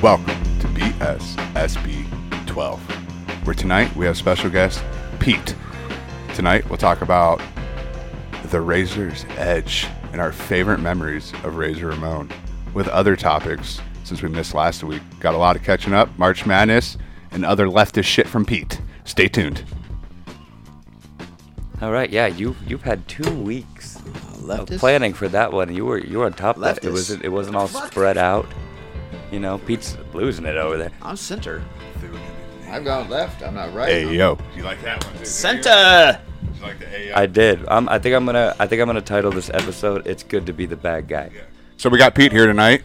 Welcome to BSSB 12, where tonight we have special guest Pete. Tonight we'll talk about the Razor's Edge and our favorite memories of Razor Ramon, with other topics since we missed last week. Got a lot of catching up, March Madness, and other leftist shit from Pete. Stay tuned. All right, yeah, you you've had two weeks of Leftist? planning for that one. You were you were on top left. It Leftist. wasn't it wasn't all Fuck. spread out. You know, Pete's losing it over there. I'm center. I've gone left. I'm not right. Hey yo, you like that one? Dude? Center. You like the Ayo? I did. Um, I think I'm gonna I think I'm gonna title this episode "It's Good to Be the Bad Guy." So we got Pete here tonight.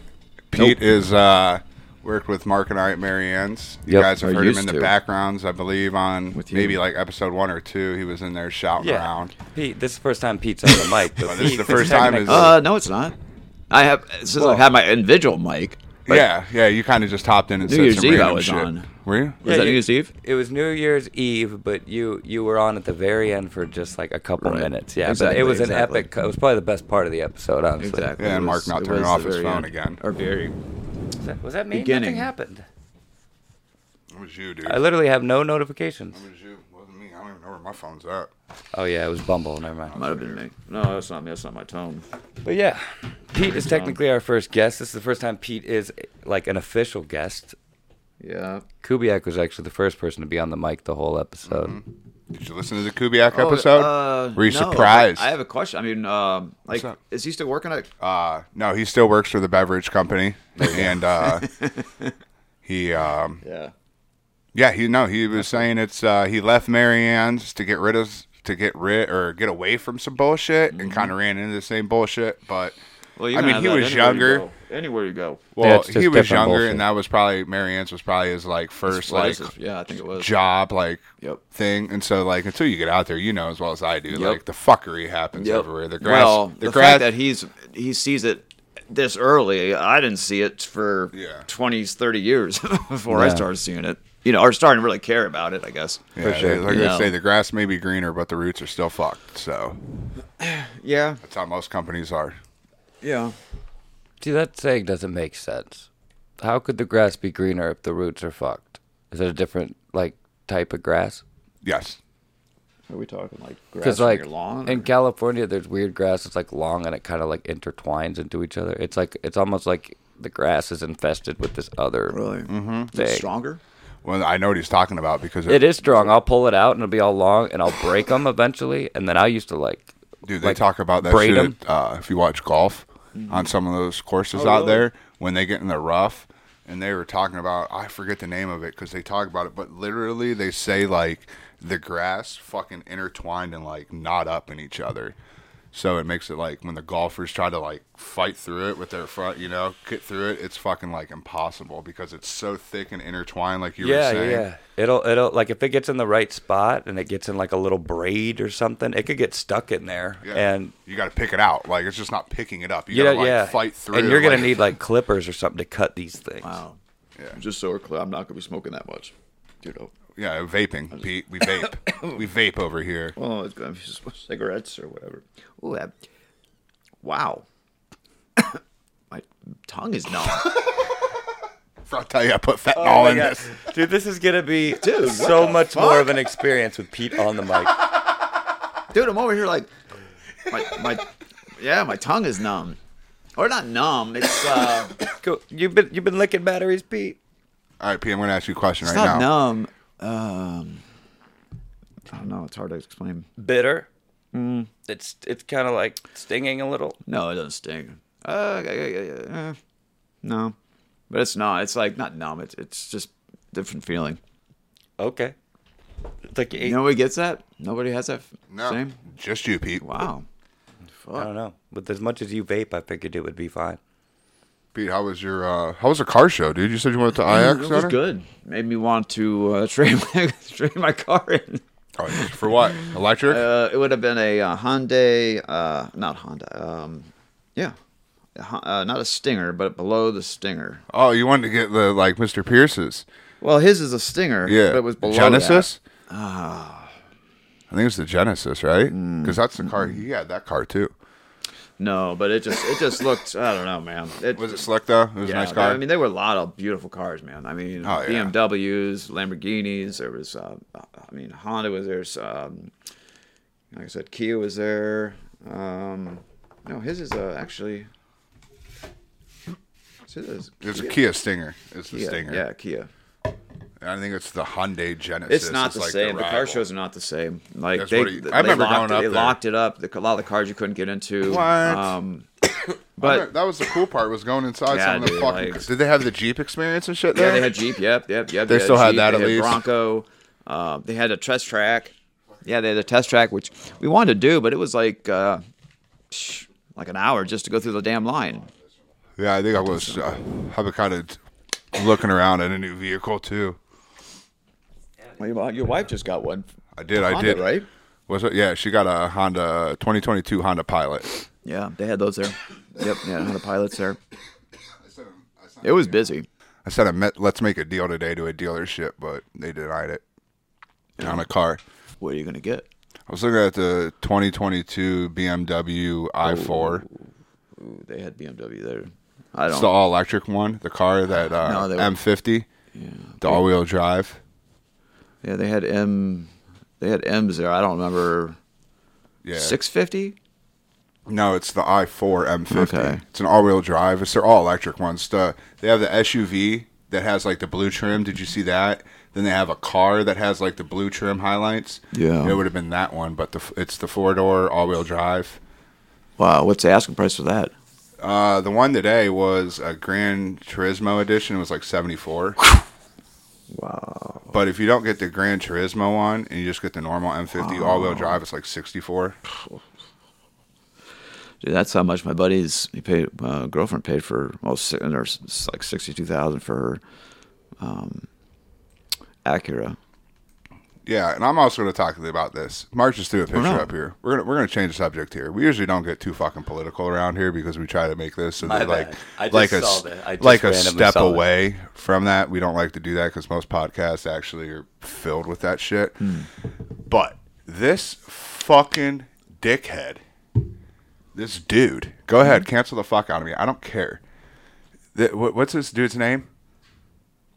Pete is uh, worked with Mark and I at Marianne's. You Yep. guys have Or heard him used in the to. backgrounds, I believe, on With you. maybe like episode one or two. He was in there shouting Yeah, around. Pete. This is the first time Pete's on the mic. but Well, this is Pete the first time technically- is- Uh, no, it's not. I have since I've had my individual mic. but yeah, yeah. You kind of just hopped in and New said Year's some Eve I random was shit. on. Were you? Was Yeah, that you- New Year's Eve? It was New Year's Eve, but you you were on at the very end for just like a couple Right. minutes. Yeah, Exactly, but it was an exactly. epic. It was probably the best part of the episode, honestly. Exactly. Yeah, and It Mark was- not it turning was off the his very phone end. again. Or very. Was that, was that me? Beginning. Nothing happened. It was you, dude. I literally have no notifications. it was you. It wasn't me. I don't even know where my phone's at. Oh yeah, it was Bumble. Never mind. Might have been me. No, that's not me. That's not my tone. But yeah, Pete is technically our first guest. This is the first time Pete is like an official guest. Yeah. Kubiak was actually the first person to be on the mic the whole episode. Did you listen to the Kubiak episode? Uh, Were you no, surprised? I, I have a question. I mean, um, like, up? is he still working at? Uh, no, he still works for the beverage company, and uh, he um, Yeah. Yeah, he no, he was saying it's uh, he left Marianne's to get rid of to get rid or get away from some bullshit and Mm-hmm. kind of ran into the same bullshit. But Well, I mean, he was younger. anywhere you go. Well, it's just he was different younger, bullshit. and that was probably Marianne's was probably his like first What like is it? yeah, I think it was. job like Yep. thing. And so like until you get out there, you know as well as I do, Yep. like the fuckery happens Yep. everywhere. The grass, Well, the, the grass. fact that he's he sees it this early, I didn't see it for Yeah. twenties, thirty years before I Yeah. started seeing it. You know, or starting to really care about it, I guess. yeah, sure. Like I Yeah. say, the grass may be greener, but the roots are still fucked. So Yeah, that's how most companies are. yeah. See, that saying doesn't make sense. How could the grass be greener if the roots are fucked? Is it a different like type of grass? Yes. Are we talking like grass Because on like your lawn? in California, there's weird grass. It's like long and it kind of like intertwines into each other. It's like it's almost like the grass is infested with this other. really? Mm-hmm. Dang. stronger? Well, I know what he's talking about because It is strong. I'll pull it out and it'll be all long, and I'll break them eventually. And then I used to like. Dude, they like, talk about that braid shit. 'em. at, Uh, if you watch golf on some of those courses Mm-hmm. Oh, out really? there, when they get in the rough, and they were talking about, I forget the name of it because they talk about it, but literally they say like the grass fucking intertwined and like knot up in each other. So it makes it like when the golfers try to like fight through it with their front, you know, get through it, it's fucking like impossible because it's so thick and intertwined, like you were Yeah, saying. yeah. It'll it'll like if it gets in the right spot and it gets in like a little braid or something, it could get stuck in there. Yeah. And you got to pick it out. Like it's just not picking it up. You you got know, to like yeah, fight through. and you're gonna like- need like clippers or something to cut these things. Wow. Yeah. Just so we're clear, Oh. I'm not gonna be smoking that much. You know. Yeah, vaping, Pete. We vape. we vape over here. Well, Oh, it's gonna be just cigarettes or whatever. Ooh, that, wow. My tongue is numb. I'll tell you, I put fentanyl Oh my in God. this. Dude, this is gonna be Dude, what so the much fuck? more of an experience with Pete on the mic. dude i'm over here like my, my yeah my tongue is numb or not numb it's uh it's Go, you've been you've been licking batteries, Pete. All right, P, I'm going to ask you a question right not now. numb um i don't know it's hard to explain Bitter. Mm. It's it's kind of like stinging a little. no it doesn't sting uh, yeah, yeah, yeah, eh, no but it's not it's like not numb it's it's just different feeling Okay. It's like you ate you know nobody gets that nobody has that f- No, same just you, Pete. wow I don't know. With as much as you vape, I figured it would be fine. Pete, how was your uh, how was the car show, dude? You said you went to IX Mm, it was Center? good made me want to uh, trade my trade my car in Oh, yeah. for what? Electric? Uh, it would have been a uh, Hyundai, uh, not Honda. Um, yeah, A Hon- uh, not a Stinger, but below the Stinger. oh, you wanted to get the like Mr. Pierce's? Well, his is a Stinger. Yeah, but it was below Ah. Genesis. Mm, mm-hmm. I think it was the Genesis, right? Because that's the car he had. That car too. that. No, but it just it just looked. I don't know, man. It Was it slick though? It was yeah, a nice car. I mean, there were a lot of beautiful cars, man. I mean, Oh, yeah. BMWs, Lamborghinis. There was, uh, I mean, Honda was there. Um, like I said, Kia was there. Um, no, his is uh, actually. His is There's a Kia Stinger. It's the Kia. Stinger. Yeah, Kia. And I think it's the Hyundai Genesis. It's not the like same. The, car rival. shows are not the same. Like That's they, what he- I they remember locked going it, up they there. locked it up. The, a lot of the cars you couldn't get into. What? Um, but that was the cool part. Was going inside Yeah, some of the dude, fucking. like- did they have the Jeep experience and shit? Yeah, There? they had Jeep. Yep, yep, yep. They had still had Jeep, that they at least. Bronco. Uh, they had a test track. Yeah, they had a test track, which we wanted to do, but it was like uh, psh, like an hour just to go through the damn line. Yeah, I think I was. Uh, I was kind of looking around at a new vehicle too. Well, your- your wife just got one. I did. I Honda, did. right? Was it? Yeah, she got a Honda 2022 Honda Pilot. Yeah, they had those there. Yep, yeah, had the pilots there. It was busy. I said I met. Let's make a deal today to a dealership, but they denied it. On a car. What are you gonna get? I was looking at the 2022 Oh, BMW i4. Ooh, they had BMW there. I It's the don't. all electric one, the car that uh, No, they were- M50, the all wheel drive. Yeah, they had M. They had M's there. I don't remember. Yeah. Six fifty. No, it's the i4 M50. Okay. It's an all wheel drive. It's they're all electric ones. The, they have the SUV that has like the blue trim. Did you see that? Then they have a car that has like the blue trim highlights. Yeah. It would have been that one, but the f- it's the four door all wheel drive. Wow, what's the asking price for that? Uh, the one today was a Gran Turismo edition. It was like 74. Wow. But if you don't get the Gran Turismo one and you just get the normal M50 all wheel drive, it's like 64. Dude, that's how much my buddy's he paid uh, girlfriend paid for well, si- and there's it's like sixty two thousand for her um, Acura. Yeah, and I'm also going to talk to you about this. Mark just Oh, threw a picture not. up here. We're gonna we're gonna change the subject here. We usually don't get too fucking political around here because we try to make this so My that like bad. I just like a saw s- that. I just like a randomly step saw that. away from that. We don't like to do that because most podcasts actually are filled with that shit. Hmm. But this fucking dickhead, this dude. Go ahead, Hmm? cancel the fuck out of me. I don't care. Th- what- what's this dude's name?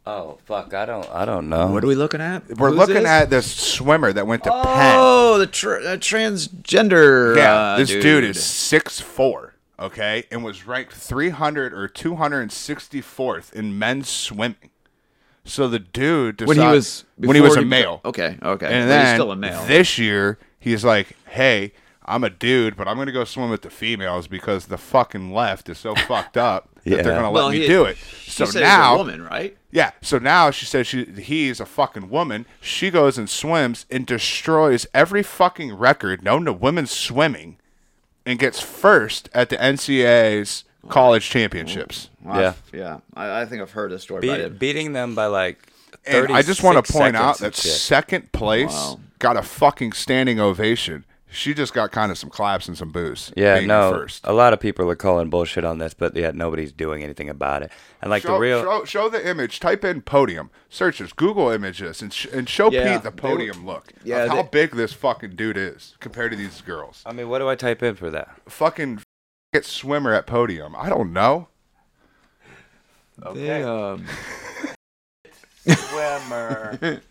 Oh fuck! I don't. I don't know. What are we looking at? We're Who's looking this? at this swimmer that went to Penn. oh the tr- uh, transgender. Yeah, uh, this dude. is six four, okay, and was ranked 300 or 264th in men's swimming. So the dude when he decide- was when he was before a male, Okay, okay, and But then he's still a male. this year he's like, hey. I'm a dude, but I'm gonna go swim with the females because the fucking left is so fucked up that Yeah. they're gonna let Well, me he- do it. he So said he's now, a woman, right? yeah. So now she says she he's a fucking woman. She goes and swims and destroys every fucking record known to women swimming, and gets first at the NCAA's college championships. Yeah. yeah. I, I think I've heard a story about Be- it. beating them by like. And I just want to 36 point out seconds and that shit. second place Wow. got a fucking standing ovation. She just got kind of some claps and some boos. Yeah, being no. First. A lot of people are calling bullshit on this, but yet nobody's doing anything about it. And like Show, the real, show, show the image. Type in podium. Search this. Google images and sh- and show Yeah, Pete the they were- podium look. Yeah, of how they- big this fucking dude is compared to these girls. I mean, what do I type in for that? fucking get swimmer at podium. I don't know. They, um, Swimmer.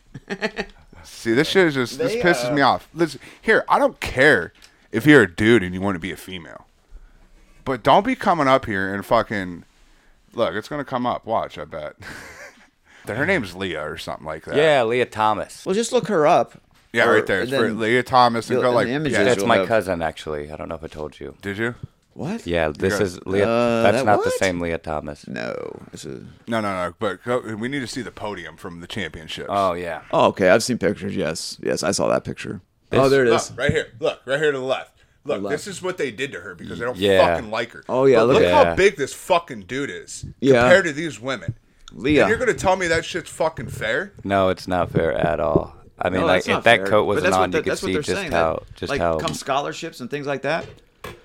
See, this shit is just They, this uh, pisses me off. Listen, here, I don't care if you're a dude and you want to be a female, but don't be coming up here and fucking look. It's gonna come up. Watch, I bet. Her name's Leah or something like that. yeah, Leah Thomas. well, just look her up. yeah, Or- right there. It's and for then- Leah Thomas and you'll- go and like. the images yeah, That's you'll my have- cousin, actually. I don't know if I told you. did you? What? Yeah, this got- is Leah. Uh, that's that not the what? same Leah Thomas. No. This is. No, no, no. But go, we need to see the podium from the championships. Oh yeah. Oh, okay. I've seen pictures. Yes, yes, I saw that picture. This- oh, there it Look, is. right here. Look, right here to the left. Look, left. this is what they did to her because they don't Yeah. fucking like her. Oh, yeah, But look look at how that. big this fucking dude is Yeah. compared to these women. Leah. And you're gonna tell me that shit's fucking fair? No, it's not fair at all. I mean, No, like that's not if that fair. coat But wasn't that's what on, the- you could that's what see they're just saying, that, how just like, how come scholarships and things like that.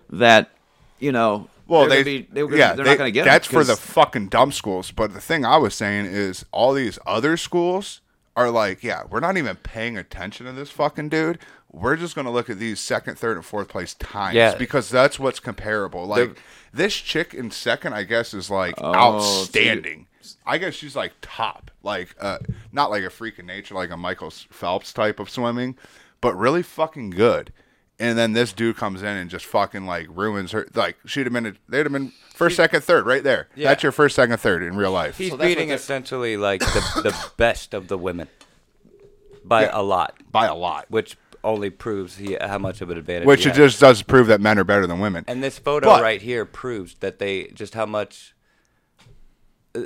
That you know. Well, they're they, gonna be, they're, gonna- yeah, they're they- not going to get 'em that's for the 'cause- fucking dumb schools. But the thing I was saying is, all these other schools are like, yeah, we're not even paying attention to this fucking dude. We're just going to look at these second, third, and fourth place times Yeah. because that's what's comparable. Like this chick in second, I guess, is like Oh, outstanding. I guess she's like top, like uh, not like a freak of nature, like a Michael Phelps type of swimming, but really fucking good. And then this dude comes in and just fucking like ruins her. Like she'd have been, a, they'd have been first, second, third, right there. Yeah. That's your first, second, third in real life. He's So that's what beating they're- essentially like the, the best of the women by Yeah. a lot, by a lot. which only proves he, how much of an advantage. Which he it has. just does prove that men are better than women. and this photo But- right here proves that they just how much uh,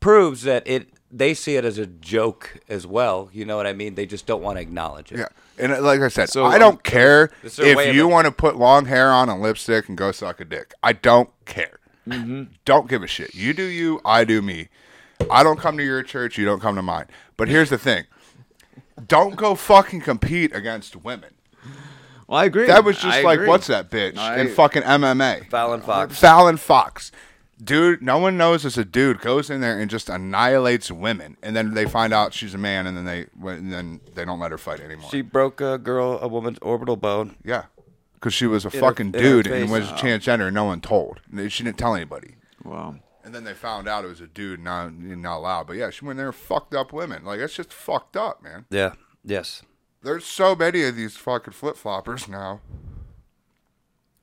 proves that it they see it as a joke as well. You know what I mean? They just don't want to acknowledge it. yeah. And uh, like I said, So, I um, don't care is there a way if of you it- want to put long hair on and lipstick and go suck a dick. I don't care. Mm-hmm. Don't give a shit. You do you, I do me. I don't come to your church, you don't come to mine. But here's the thing. Don't go fucking compete against women. Well, I agree. That was just I like agree. what's that bitch I- in fucking MMA? Fallon Fox. Fallon Fox. Dude, no one knows as a dude goes in there and just annihilates women, and then they find out she's a man, and then they and then they don't let her fight anymore. She broke a girl, a woman's orbital bone. yeah, because she was a her- fucking in her dude and face. was transgender, and no one told. And She didn't tell anybody, Wow. and then they found out it was a dude, not not allowed. But yeah, she went there, and fucked up women. Like that's just fucked up, man. Yeah. Yes. There's so many of these fucking flip floppers now.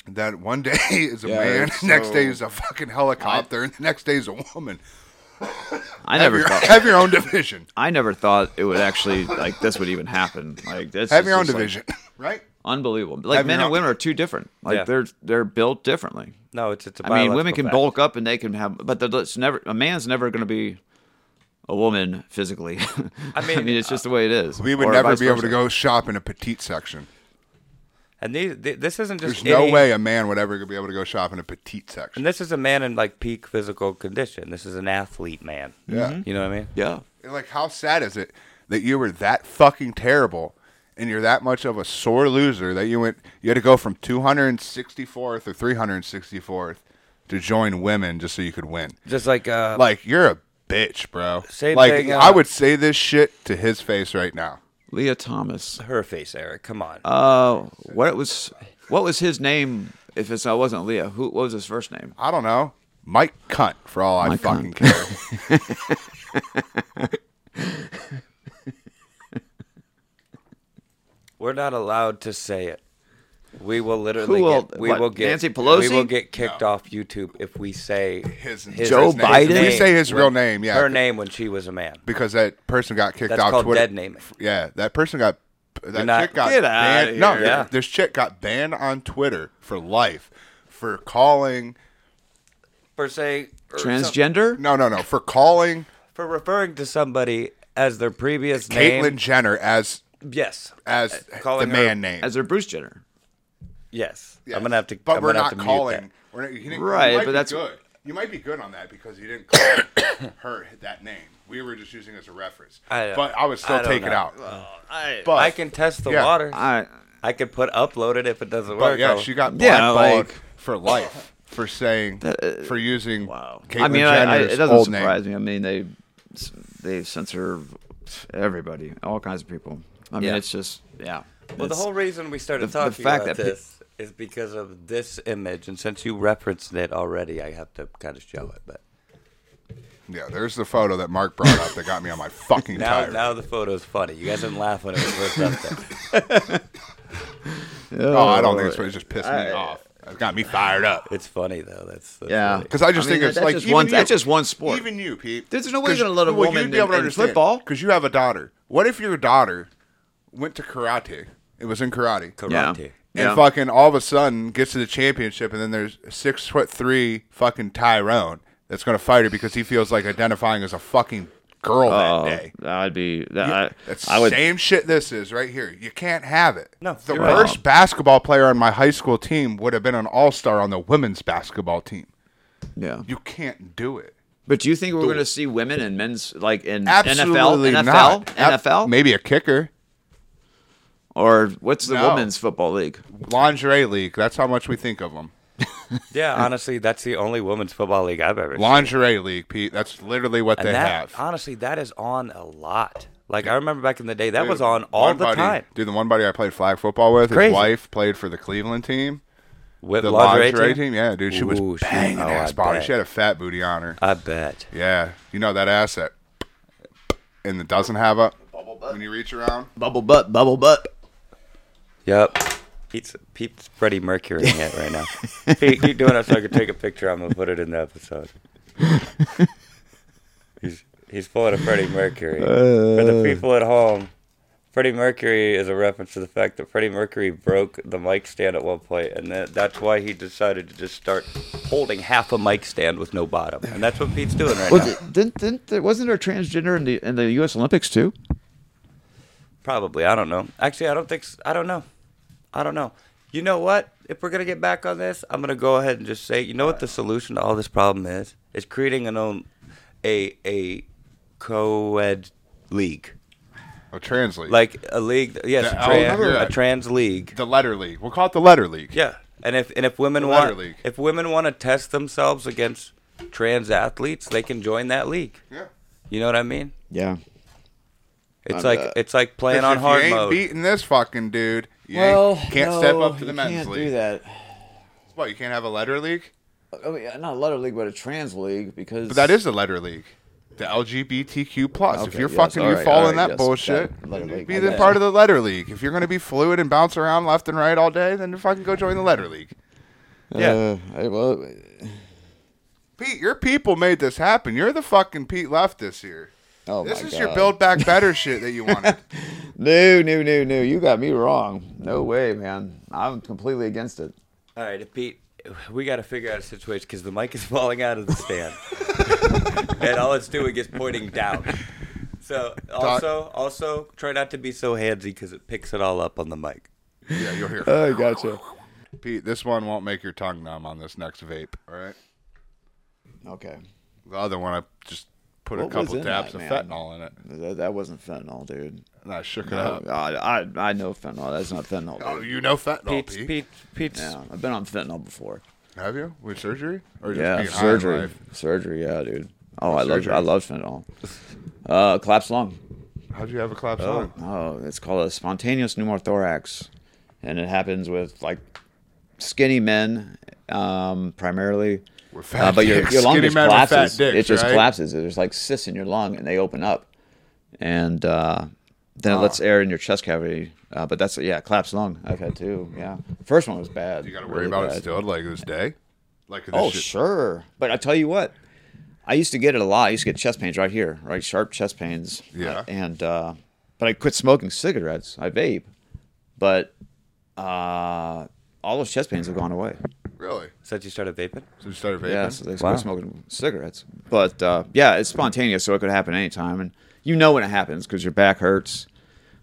That one day is a Yeah, man, it's next day so- is a fucking helicopter, and the next day is a woman. I never Have your, thought. have your own division. I never thought it would actually like this would even happen. Like that's Have just- your own just, like, division, right? unbelievable. Like Have your men and own- women are two different. Like Yeah. they're they're built differently. No, it's it's a I mean, women biological can fact. bulk up and they can have, but the- it's never a man's never going to be a woman physically. I mean, it's just the way it is. uh, We would or never vice be able to versa. go shop in a petite section. And these, th- this isn't just There's no any- way a man would ever be able to go shop in a petite And section. this is a man in like peak physical condition. This is an athlete man. Yeah. You know what I mean? Yeah, Like, how sad is it that you were that fucking terrible and you're that much of a sore loser that you went, you had to go from 264th or 364th to join women just so you could win? Just like uh, Like, you're a bitch, bro. Same like, thing, uh, I would say this shit to his face right now. Leah Thomas. her face, Eric. Come on. Uh, what it was? What was his name? If it's I wasn't Leah, who what was his first name? I don't know. Mike Cunt, for all I Mike fucking Cunt. care. We're not allowed to say it. We will literally Who will- get, we what, will get Nancy We Pelosi? will get kicked off YouTube if we say His- his, Joe his name- Biden? name If we say his when- real name, yeah. her name when she was a man. because that person got kicked That's off called Twitter. dead naming. Yeah, that person got that not- chick got Get outta banned. No, here. Yeah. this chick got banned on Twitter for life for calling. For saying or some- Transgender. No, no, no, for calling for referring to somebody as their previous Caitlyn name. Jenner as Yes. as the calling her- man name. As their Bruce Jenner. Yes. Yes. I'm gonna have to. But I'm we're gonna not have to mute that. calling. We're not, you didn't, Right, you might but be that's- good. You might be good on that because you didn't call her that name. We were just using it as a reference. I don't- but I would still I don't take it know. out. I, but I can test the Yeah. water. I I could put upload it if it doesn't But work. yeah, I'll- she got Yeah, blackballed like- for life for saying uh, for using wow. Caitlyn I mean, I, I, Jenner's it doesn't old surprise name. me. I mean, they they censor everybody, all kinds of people. I mean, Yeah. it's just yeah. Well, the It's- whole reason we started the- the talking fact about that pe- this is because of this image, and since you referenced it already, I have to kind of show it. But Yeah, there's the photo that Mark brought up that got me on my fucking now, tire. now the photo's funny. You guys didn't laugh when it was first up there. oh, I uh, don't think it's funny. It just pissed me I- off. It got me fired up. It's funny though. That's, that's Yeah. funny. Because I just I mean, think it's that's like just even one- you, that's just one sport. Even you, Pete. There's no way you're gonna let a woman in- in football. because you have a daughter. What if your daughter went to karate? It was in karate. Yeah. karate. and Yeah. fucking all of a sudden gets to the championship, and then there's six foot three fucking Tyrone that's going to fight her because he feels like identifying as a fucking girl Oh, that day. I'd be that. That's I, I would. same shit. This is right here. You can't have it. No, the you're right. worst basketball player on my high school team would have been an all star on the women's basketball team. Yeah. You can't do it. But do you think we're going to see women and men's like in Absolutely NFL, not. NFL, Ab- NFL, Maybe a kicker, or what's the No. women's football league? lingerie league. That's how much we think of them. Yeah, honestly, that's the only women's football league I've ever. seen. Lingerie league, Pete. That's literally what And they that, have. honestly, that is on a lot. Like I remember back in the day, that was on all One the buddy- time. Dude, the one buddy I played flag football with, Crazy. his wife played for the Cleveland team. With The lingerie, lingerie team? team? Yeah, dude, she Ooh, was she- banging oh, ass I body. bet. She had a fat booty on her. I bet. Yeah, you know that ass that and it doesn't have a when you reach around. Bubble butt, bubble butt. Yep. Pete's, Pete's Freddie Mercury in it right now. Pete, keep doing it so I can take a picture. I'm gonna put it in the episode. he's he's pulling a Freddie Mercury. For the people at home, Freddie Mercury is a reference to the fact that Freddie Mercury broke the mic stand at one point, and that, that's why he decided to just start holding half a mic stand with no bottom, and that's what Pete's doing right Well, now. di- didn't, didn't there, wasn't there a transgender in the in the U.S. Olympics too? Probably. I don't know. Actually, I don't think. s- I don't know. I don't know. You know what? If we're gonna get back on this, I'm gonna go ahead and just say, you know what the solution to all this problem is? Is creating an own, a a co-ed league, Oh, trans league. like a league. Yes, Yeah, a, trans, I'll- yeah. a trans league. the letter league. We'll call it the letter league. Yeah, and if and if women The want letter league. if women want to test themselves against trans athletes, they can join that league. Yeah. You know what I mean? Yeah. It's I'm, like uh, it's like playing 'Cause on if hard you ain't mode. beating this fucking dude, you Well, ain't, can't no, step up to you the men's can't league. do that. What, you can't have a letter league? I mean, not a letter league, but a trans league because But that is the letter league. The LGBTQ plus. if Okay, you're yes, fucking, you alright, fall in alright, that yes, bullshit. that letter then league, Be I the guess. part of the letter league. If you're gonna be fluid and bounce around left and right all day, then fucking go join the letter league. yeah. Uh, I- well, Pete, your people made this happen. You're the fucking Pete left this year. oh this my is God. your build back better shit that you wanted. No, no, no, no. You got me wrong. No way, man. I'm completely against it. All right, Pete, we got to figure out a situation because the mic is falling out of the stand, and all it's doing is pointing down. So also, also try not to be so handsy because it picks it all up on the mic. yeah, you'll hear. Oh, gotcha. Pete, this one won't make your tongue numb on this next vape. All right. Okay. The other one, I just put a What was couple in dabs that, of man? fentanyl in it, That, that wasn't fentanyl, dude. and I shook it No, up. I, I I know fentanyl. That's not fentanyl. Oh, Dude. you know fentanyl, Pete's, Pete? Pete, Pete's. Yeah, I've been on fentanyl before. Have you with surgery or just Yeah, being high in surgery, life? surgery. Yeah, dude. Oh, I love surgery? I love fentanyl. Uh, collapse lung. How'd you have a collapse lung? Oh, it's called a spontaneous pneumothorax, and it happens with like skinny men um, primarily. We're fat Uh, but your, dicks. your lung Skinny just men with fat collapses. dicks, it just right? collapses. There's like cysts in your lung, and they open up, and uh, then it lets air in your chest cavity. Uh, but that's yeah, collapsed lung. I've had two. Yeah, first one was bad. You got to worry really about it bad. still, like this day. Like this Oh shit. sure, but I tell you what, I used to get it a lot. I used to get chest pains right here, right, sharp chest pains. Yeah. Uh, and uh, but I quit smoking cigarettes. I vape, but uh, all those chest pains have gone away. Really? Since you started vaping, So you started vaping. Yeah, so they Wow. quit smoking cigarettes. But uh, yeah, it's spontaneous, so it could happen anytime, and you know when it happens because your back hurts.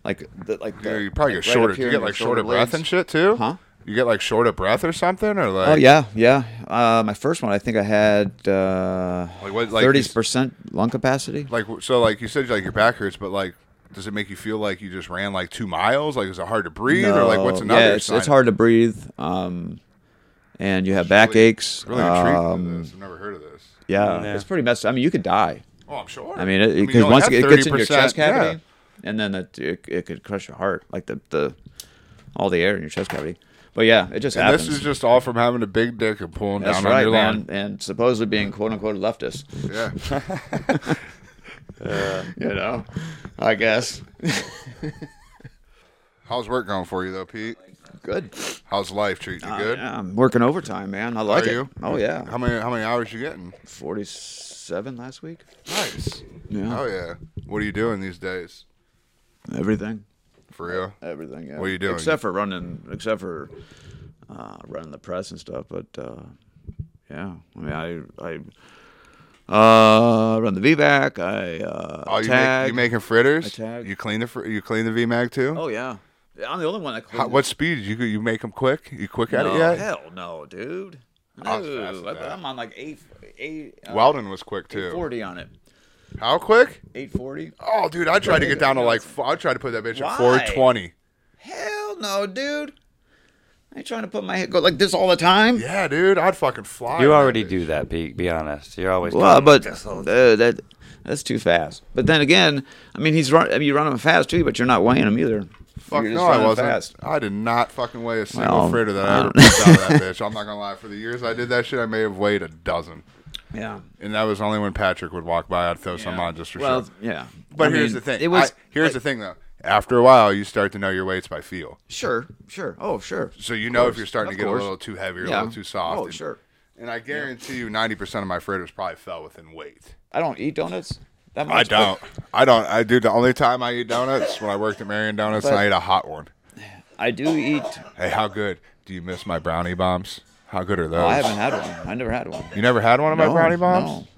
Like, the, like the, Yeah, you probably like get right shorter. up Do here you get in your like short of shoulder breath blades. and shit too? Huh? You get like short of breath or something, or like Oh yeah, yeah. Um, I first one I think I had uh, Like what- thirty like you s- percent lung capacity. like so like you said like your back hurts, but like does it make you feel like you just ran like two miles? Like is it hard to breathe or like what's No, another? Yeah, it's, sign? it's hard to breathe. Um, and you have backaches. Really intrigued um, with this. I've never heard of this. yeah, Yeah. it's pretty messed. I mean, you could die. Oh, I'm sure. I mean, you it- because only once have it gets in your oh, 30%, chest cavity, yeah. and then it, it it could crush your heart, like the the all the air in your chest cavity. But yeah, it just And happens. this is just all from having a big dick and pulling That's down on right, your lawn. man. And supposedly being quote unquote leftist. Yeah. You know, I guess. How's work going for you though, Pete? Good. How's life treating you? Good. Uh, Yeah, I'm working overtime, man. I like Are it. you? Oh yeah, How many how many hours you getting? forty-seven last week. Nice. Yeah. Oh yeah. What are you doing these days? Everything. For real? Everything. Yeah. What are you doing? Except for running, except for uh, running the press and stuff. But uh, yeah, I mean, I I uh, run the VBAC. I uh, Oh, you, make, tag. you making fritters? I tag. You clean the fr- you clean the VMAG too? oh yeah, Yeah, I'm the only one that. How, cleans what speed? You you make them quick? You quick it. at No, it yet? Hell no, dude. No, I was fast as that. I, am on like eight eight uh, Weldon was quick eight too. forty on it. How quick? Eight forty. Oh, dude, I tried to get down to like f- I tried to put that bitch at Why? 420. Hell no, dude. I ain't trying to put my head go like this all the time. Yeah, dude, I'd fucking fly. on You that already bitch. do that. Be be honest. You're always. Well, doing but this all uh, the- that that's too fast. But then again, I mean, he's run. I mean, you run him fast too, but you're not weighing him either. Fuck You're just no, I running wasn't. fast. I did not fucking weigh a single Well, fritter that I I ever don't- picked out of that bitch. I'm not gonna lie. For the years I did that shit, I may have weighed a dozen, Yeah. and that was only when Patrick would walk by. I'd throw some on just for Well, sure. yeah. But I here's mean, the thing. It was I- here's the thing though. After a while, you start to know your weights by feel. sure, sure. Oh, sure. So you know if you're starting to Of get course. a little too heavy or a Yeah. little too soft. Oh, and, sure. And I guarantee you, ninety percent of my fritters probably fell within weight. I don't eat donuts. That much. I don't. I don't. I do. The only time I eat donuts is when I worked at Marion Donuts, and But- I ate a hot one. I do eat. Hey, how good? Do you miss my brownie bombs? How good are those? Oh, I haven't had one. I never had one. You never had one of my No, brownie bombs? no.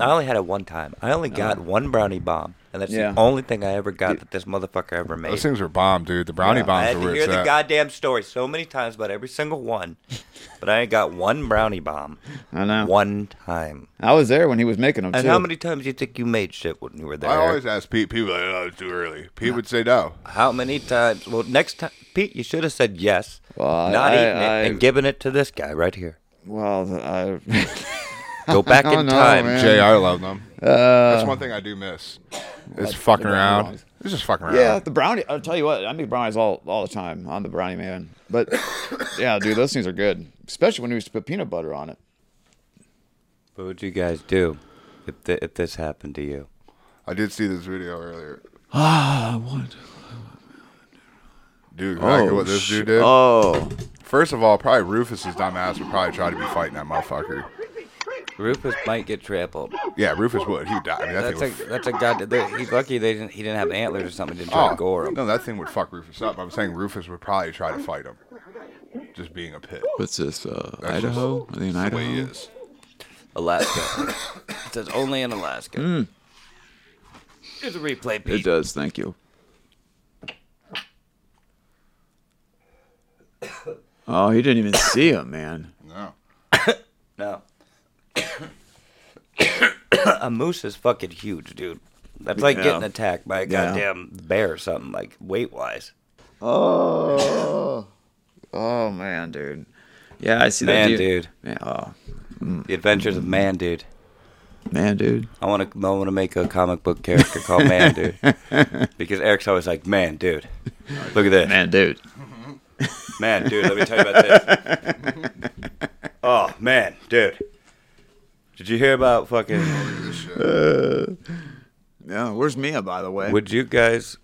I only had it one time. I only got one brownie bomb, and that's Uh-huh. Yeah. the only thing I ever got that this motherfucker ever made. Those things were bomb, dude. The brownie Yeah. I bombs had are to where hear it's the at. goddamn story so many times about every single one, but I ain't got one brownie bomb. I know. One time. I was there when he was making them And too. how many times do you think you made shit when you were there? I always ask Pete. People are like, oh, it's too early. Pete would say no. How many times? Well, next time, Pete, you should have said yes, Well, I- not I- eating it, I- and giving it to this guy right here. Well, th- I. Go back don't in know, time. man. Jay, I love them. That's uh, one thing I do miss. It's fucking around. bombs. It's just fucking around. yeah, the brownie. I'll tell you what. I make brownies all all the time. I'm the brownie man. But yeah, dude, those things are good, especially when we used to put peanut butter on it. What would you guys do if th- if this happened to you? I did see this video earlier. Ah, what? Do exactly what this dude did. Oh, First of all, probably Rufus's dumbass would probably try to be fighting that motherfucker. Rufus might get trampled. Yeah, Rufus would. He would die. I mean, that That's a thing would. that's a god. they're- He's lucky they didn't he didn't have antlers or something. Didn't try to gore oh, him. no, that thing would fuck Rufus up. I'm saying Rufus would probably try to fight him. Just being a pit. what's this? Uh, That's just Idaho? Are they in The way he Idaho? is. Alaska. it says only in Alaska. Here's a replay, It Pete. does. Thank you. Oh, he didn't even see him, man. No. No. a moose is fucking huge, dude. That's like Yeah. getting attacked by a Yeah. goddamn bear or something, like weight wise. Oh, oh man, dude. Yeah, I see Man, that dude. Man, oh, The Adventures of Man, dude. man, dude. I want to. I want to make a comic book character called Man, dude, because Eric's always like, "Man, dude, look at this, man, Man, dude. dude." Let me tell you about this. Oh, man, dude. Did you hear about fucking? Yeah, where's Mia, by the way? Would you guys?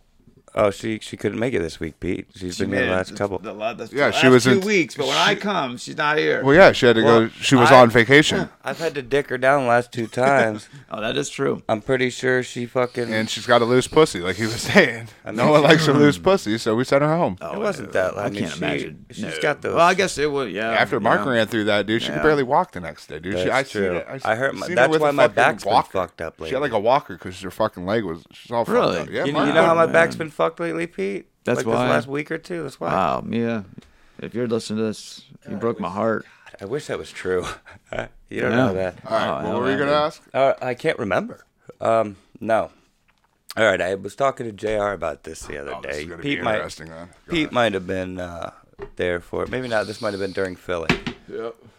Oh, she she couldn't make it this week, Pete. She's been made in it the last th- couple. The, la- the Yeah, last she was two in- weeks, but when I come, she's not here. Well, yeah, she had to Well, go. She was I- on vacation, I've had to dick her down the last two times. oh, that is true. I'm pretty sure she fucking. and she's got a loose pussy, like he was saying. mean- no one likes a loose pussy, so we sent her home. it wasn't that. I, I mean, can't she, imagine. She's No. got those. Well, I guess it would. Yeah. After Mark yeah. ran through that, dude, she Yeah. could barely walk the next day, dude. She, That's I seen trurt it. I, I heard my- seen her that's with why a my fucking back's been walker. fucked up She had lately. like a walker because her fucking leg was she's all Really? fucked up. Yeah, You, you Mark know how would. my man. back's been fucked lately, Pete? That's like why. Ah. This last week or two. That's why. Wow, Mia, if you're listening to this, you broke my heart. I wish that was true. you don't Yeah. know that. All right, Oh, what hell, were you man. gonna ask? Uh, I can't remember. Um, no. All right, I was talking to Jr. about this the other Oh, day. this is gonna be Pete might, interesting, huh? Go Pete ahead. might have been uh, there for it. Maybe not. This might have been during Philly.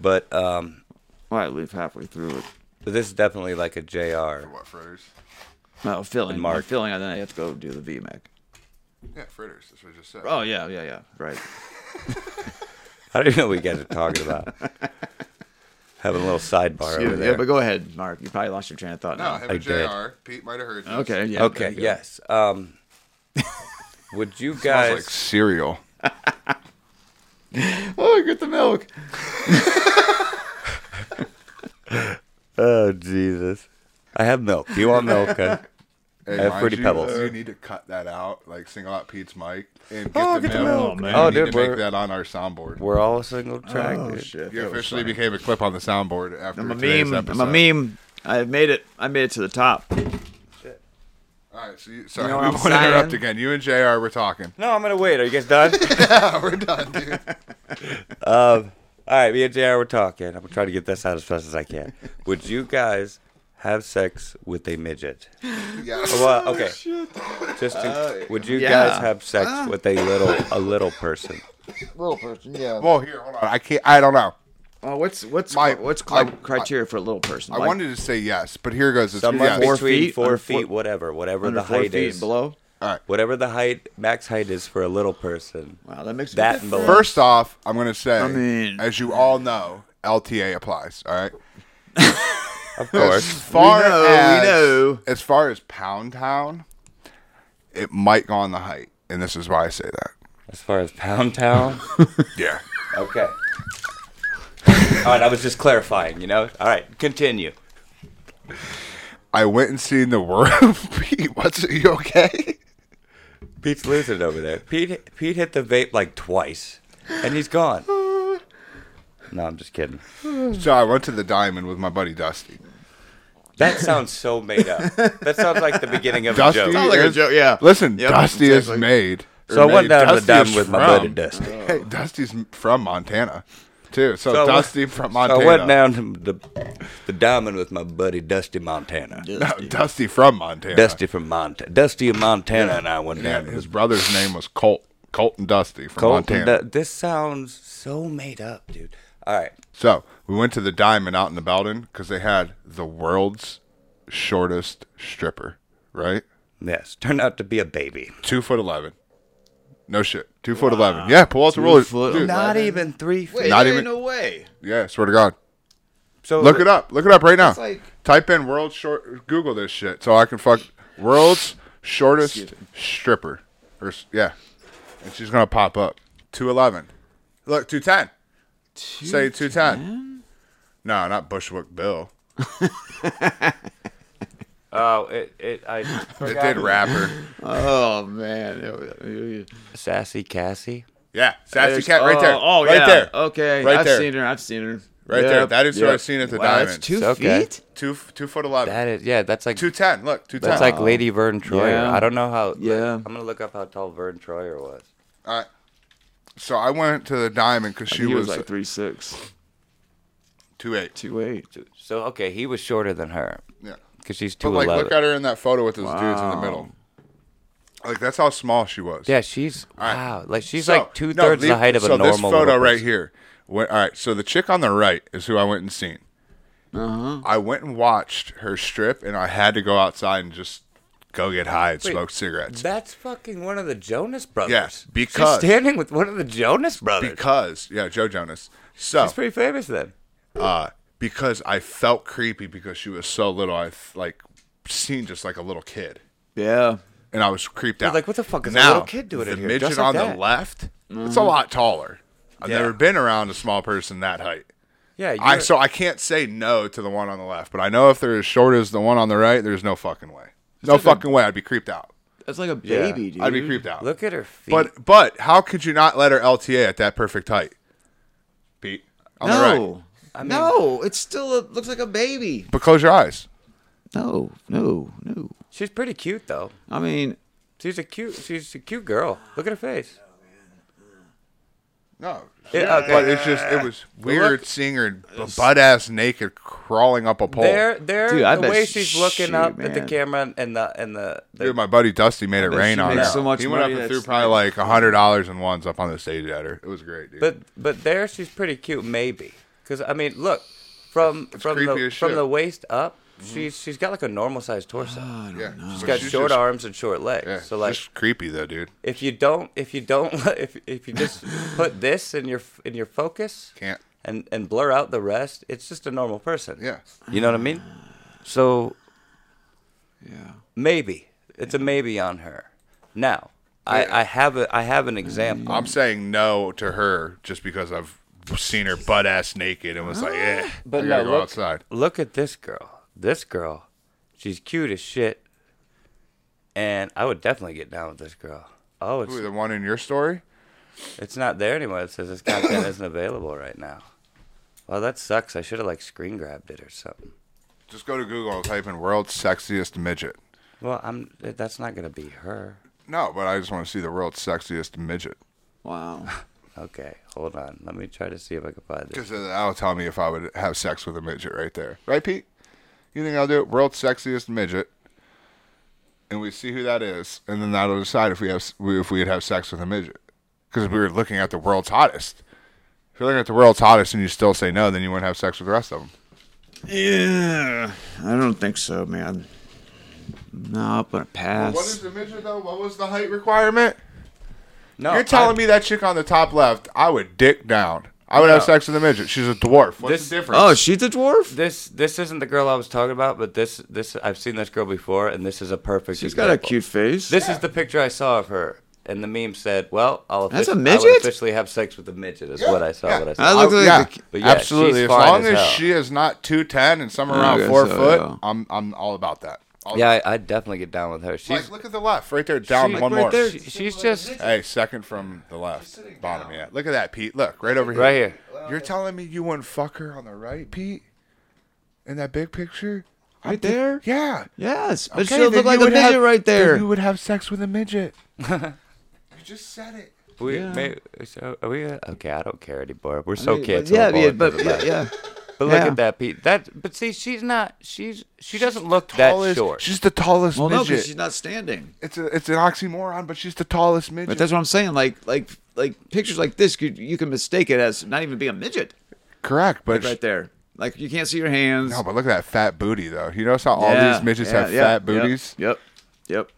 But um, Why I leave halfway through it? but this is definitely like a Jr. What fritters? No, filling. Mark. Mark. Filling, and then I have to go do the VMAC. Yeah, fritters. That's what I just said. Oh, yeah, yeah, yeah. Right. I don't even know what you guys are talking about. Having a little sidebar Yeah, over there. yeah, but go ahead, Mark. You probably lost your train of thought. No, now. him I and Jr. did. Pete might have heard. this. Okay. Yeah, okay. there you go. Yes. Um, would you Smells guys? like cereal. Oh, get the milk. Oh Jesus! I have milk. Do you want milk? huh? Hey, have mind Fruity you, Pebbles. You need to cut that out, like single out Pete's mic and get, Oh, the, get the milk. And milk. Oh, we man. Oh, need to dude, make we're- that on our soundboard. We're all a single track. Oh dude. shit. You that was officially funny. became a clip on the soundboard after I'm a today's meme. episode. I'm a meme. I made it. I made it to the top. All right, so you, sorry, know what we I'm won't interrupt saying? again. You and Jr. were talking. No, I'm gonna wait. Are you guys done? yeah, we're done, dude. um, all right, me and Jr. were talking. I'm gonna try to get this out as fast as I can. Would you guys have sex with a midget? Yes. Well, okay. Just to, would you Oh, Uh, yeah. Uh. guys have sex with a little a little person? Little person, yeah. Well, here, hold on. I can't. I don't know. Uh, what's what's My- cri- what's I- cri- criteria for a little person? I wanted to say yes, but here goes. It's Somewhere yes. Four between feet, four under feet, four- whatever, whatever under the four height feet is. below. All right. Whatever the height, max height is for a little person. Wow, that makes a That difference. and below. First off, I'm going to say, mean- as you all know, LTA applies. All right. of As course. far We know, we as know. as far as Pound Town, it might go on the height, and this is why I say that. as far as Pound Town. Yeah. Okay. All right, I was just clarifying, you know? All right, continue. I went and seen the worm. Pete, what's it? You okay? Pete's losing over there. Pete Pete hit the vape like twice, and he's gone. No, I'm just kidding. So I went to the Diamond with my buddy Dusty. That sounds so made up. That sounds like the beginning of Dusty a joke. Sounds like a is- joke, yeah. Listen, Yep, Dusty is exactly. made. or So I made- went down to Dusty the is diamond with my from- buddy Dusty. Hey, Dusty's m- from Montana, too. So, So I went- Dusty from So I Montana. went down to the, the diamond with my buddy Dusty Montana. No, Dusty from Montana. Dusty from Montana. Dusty of Montana and I went And down. his brother's name was Colt. Colt and Dusty from Colton, Montana. Du- this sounds so made up, dude. All right. so we went to the Diamond out in the Belden because they had the world's shortest stripper, right? Yes, turned out to be a baby. Two foot eleven. No shit. Two foot eleven. Yeah, pull out the ruler. foot Dude, Not Eleven. even three feet. Wait, Not there even- ain't no way. Yeah, swear to God. So Look it up. Look it up right now. like- Type in world's short. Google this shit so I can fuck world's shortest stripper. Or s- yeah, and she's gonna pop up. Two eleven. Look, two ten. Say two ten. No, not Bushwick Bill. Oh, it, it I It forgot. did rapper. Oh man. There we go. Sassy Cassie. Yeah, Sassy There's- Cat right there. Oh, oh, right yeah. there. Okay. Right I've there. seen her. I've seen her. Right there. That is who I've seen at the wow, Diamond. That's two It's okay. feet. Two f- two foot eleven. That is yeah. That's like two ten. Look, two ten. that's like Lady Vern Troyer. Yeah. I don't know how. Yeah. I'm gonna look up how tall Vern Troyer was. All right. So I went to the Diamond because she he was, was, like three six, two eight. two eight. So okay, he was shorter than her Yeah. because she's two But like, eleven. look at her in that photo with those dudes in the Wow. middle. Like that's how small she was. yeah, she's right. wow. Like she's So- like two thirds no, the leave- height of a so normal. this photo little right person. here. When, all right, so the chick on the right is who I went and seen. Uh-huh. I went and watched her strip, and I had to go outside and just go get high and smoke cigarettes. That's fucking one of the Jonas brothers. Yes, she's because- standing with one of the Jonas brothers. because yeah, Joe Jonas. So she's pretty famous then. uh, because I felt creepy because she was so little, I like seen just like a little kid, Yeah. and I was creeped out. like, what the fuck is a now, little kid doing The in here? midget Just like on that. Mm-hmm. the left, it's a lot taller. I've Yeah. never been around a small person that height. Yeah, I you're- so I can't say no to the one on the left, but I know if they're as short as the one on the right, there's no fucking way. No fucking way. I'd be creeped out. That's like a Yeah. baby, dude. I'd be creeped out. look at her feet. but but how could you not let her LTA at that perfect height, Pete? On the right. no. mean- no, it's still a, looks like a baby. But close your eyes. No, no, no. she's pretty cute though. I mean, She's a cute. She's a cute girl. Look at her face. No. Yeah, okay. But it's just it was weird seeing her butt ass naked crawling up a pole. There, there. Dude, I the bet way she- she's looking up at the man. camera and the and the. the Dude, my buddy Dusty made it bet rain she on her. makes so much he went up money, and threw that's- probably like a hundred dollars in ones up on the stage at her. It was great, dude. but but there, she's pretty cute, maybe. Because I mean, look from from creepy the as shit. from Mm-hmm. the waist up, she's she's got like a normal sized torso. yeah, she's got short just, arms and short legs. Yeah, so like, just creepy though, dude. if you don't if you don't if if you just put this in your in your focus Can't. and and blur out the rest, it's just a normal person. Yeah. You know what I mean? So yeah. maybe it's a maybe on her. Now, I, I have a I have an example. I'm saying no to her just because I've seen her butt ass naked and was like, eh, Ah." But I gotta no, go look- outside. look at this girl. This girl, she's cute as shit. And I would definitely get down with this girl. Oh, Ooh, it's the one in your story? it's not there anymore. It says this content isn't available right now. Well, that sucks. I should have like screen grabbed it or something. Just go to Google and type in world's sexiest midget. Well, I'm that's not gonna be her. No, but I just want to see the world's sexiest midget. Wow. Okay, hold on. Let me try to see if I can find this. Because uh, that'll tell me if I would have sex with a midget right there. Right, Pete? You think I'll do it? World's sexiest midget. And we see who that is. And then that'll decide if we have if we'd have sex with a midget. because we were looking at the world's hottest. If you're looking at the world's hottest and you still say no, then you wouldn't have sex with the rest of them. Yeah, I don't think so, man. No, I'm gonna pass. What is the measure though? What was the height requirement? No, You're telling I- me that chick on the top left, I would dick down. I would have No. sex with a midget. She's a dwarf. What's This- the difference? oh, she's a dwarf. this this isn't the girl I was talking about, but this this I've seen this girl before, and this is a perfect. She's got a example. cute face. This is the picture I saw of her, and the meme said, "Well, I'll That's offici- a midget? I would officially have sex with a midget." Is Yeah, what I saw. yeah. What I saw. that looks I- Oh, like yeah. a- But yeah, Absolutely. she's As fine long as as, hell. she is not two ten and somewhere around Okay, four so, foot, yeah. I'm I'm all about that. All yeah, I, I'd definitely get down with her. She's like, look at the left, right there, down she- one more. she- she's just Hey, second from the left, bottom. Yeah, look at that, Pete. Look right over here. right here. You're telling me you wouldn't fuck her on the right, Pete? In that big picture? right there. Yeah. Yes, but Okay, she then look like you a would midget have- right then there. you would have sex with a midget. you just said it. We, Yeah. may, so are we? uh, Okay, I don't care anymore. We're so But kids. Yeah, so yeah, bored but for the yeah, best. yeah. But look Yeah. at that, Pete. That but see, she's not. She's she doesn't look that Tallest- short. She's the tallest Well, no, midget. because she's not standing. it's a, it's an oxymoron, but she's the tallest midget. But that's what I'm saying. Like, like, like pictures like this, you, you can mistake it as not even being a midget Correct, but right there. Like you can't see your hands. no, Oh, but look at that fat booty though. You notice how all Yeah, these midgets yeah, have yeah, fat yep, booties? Yep, yep.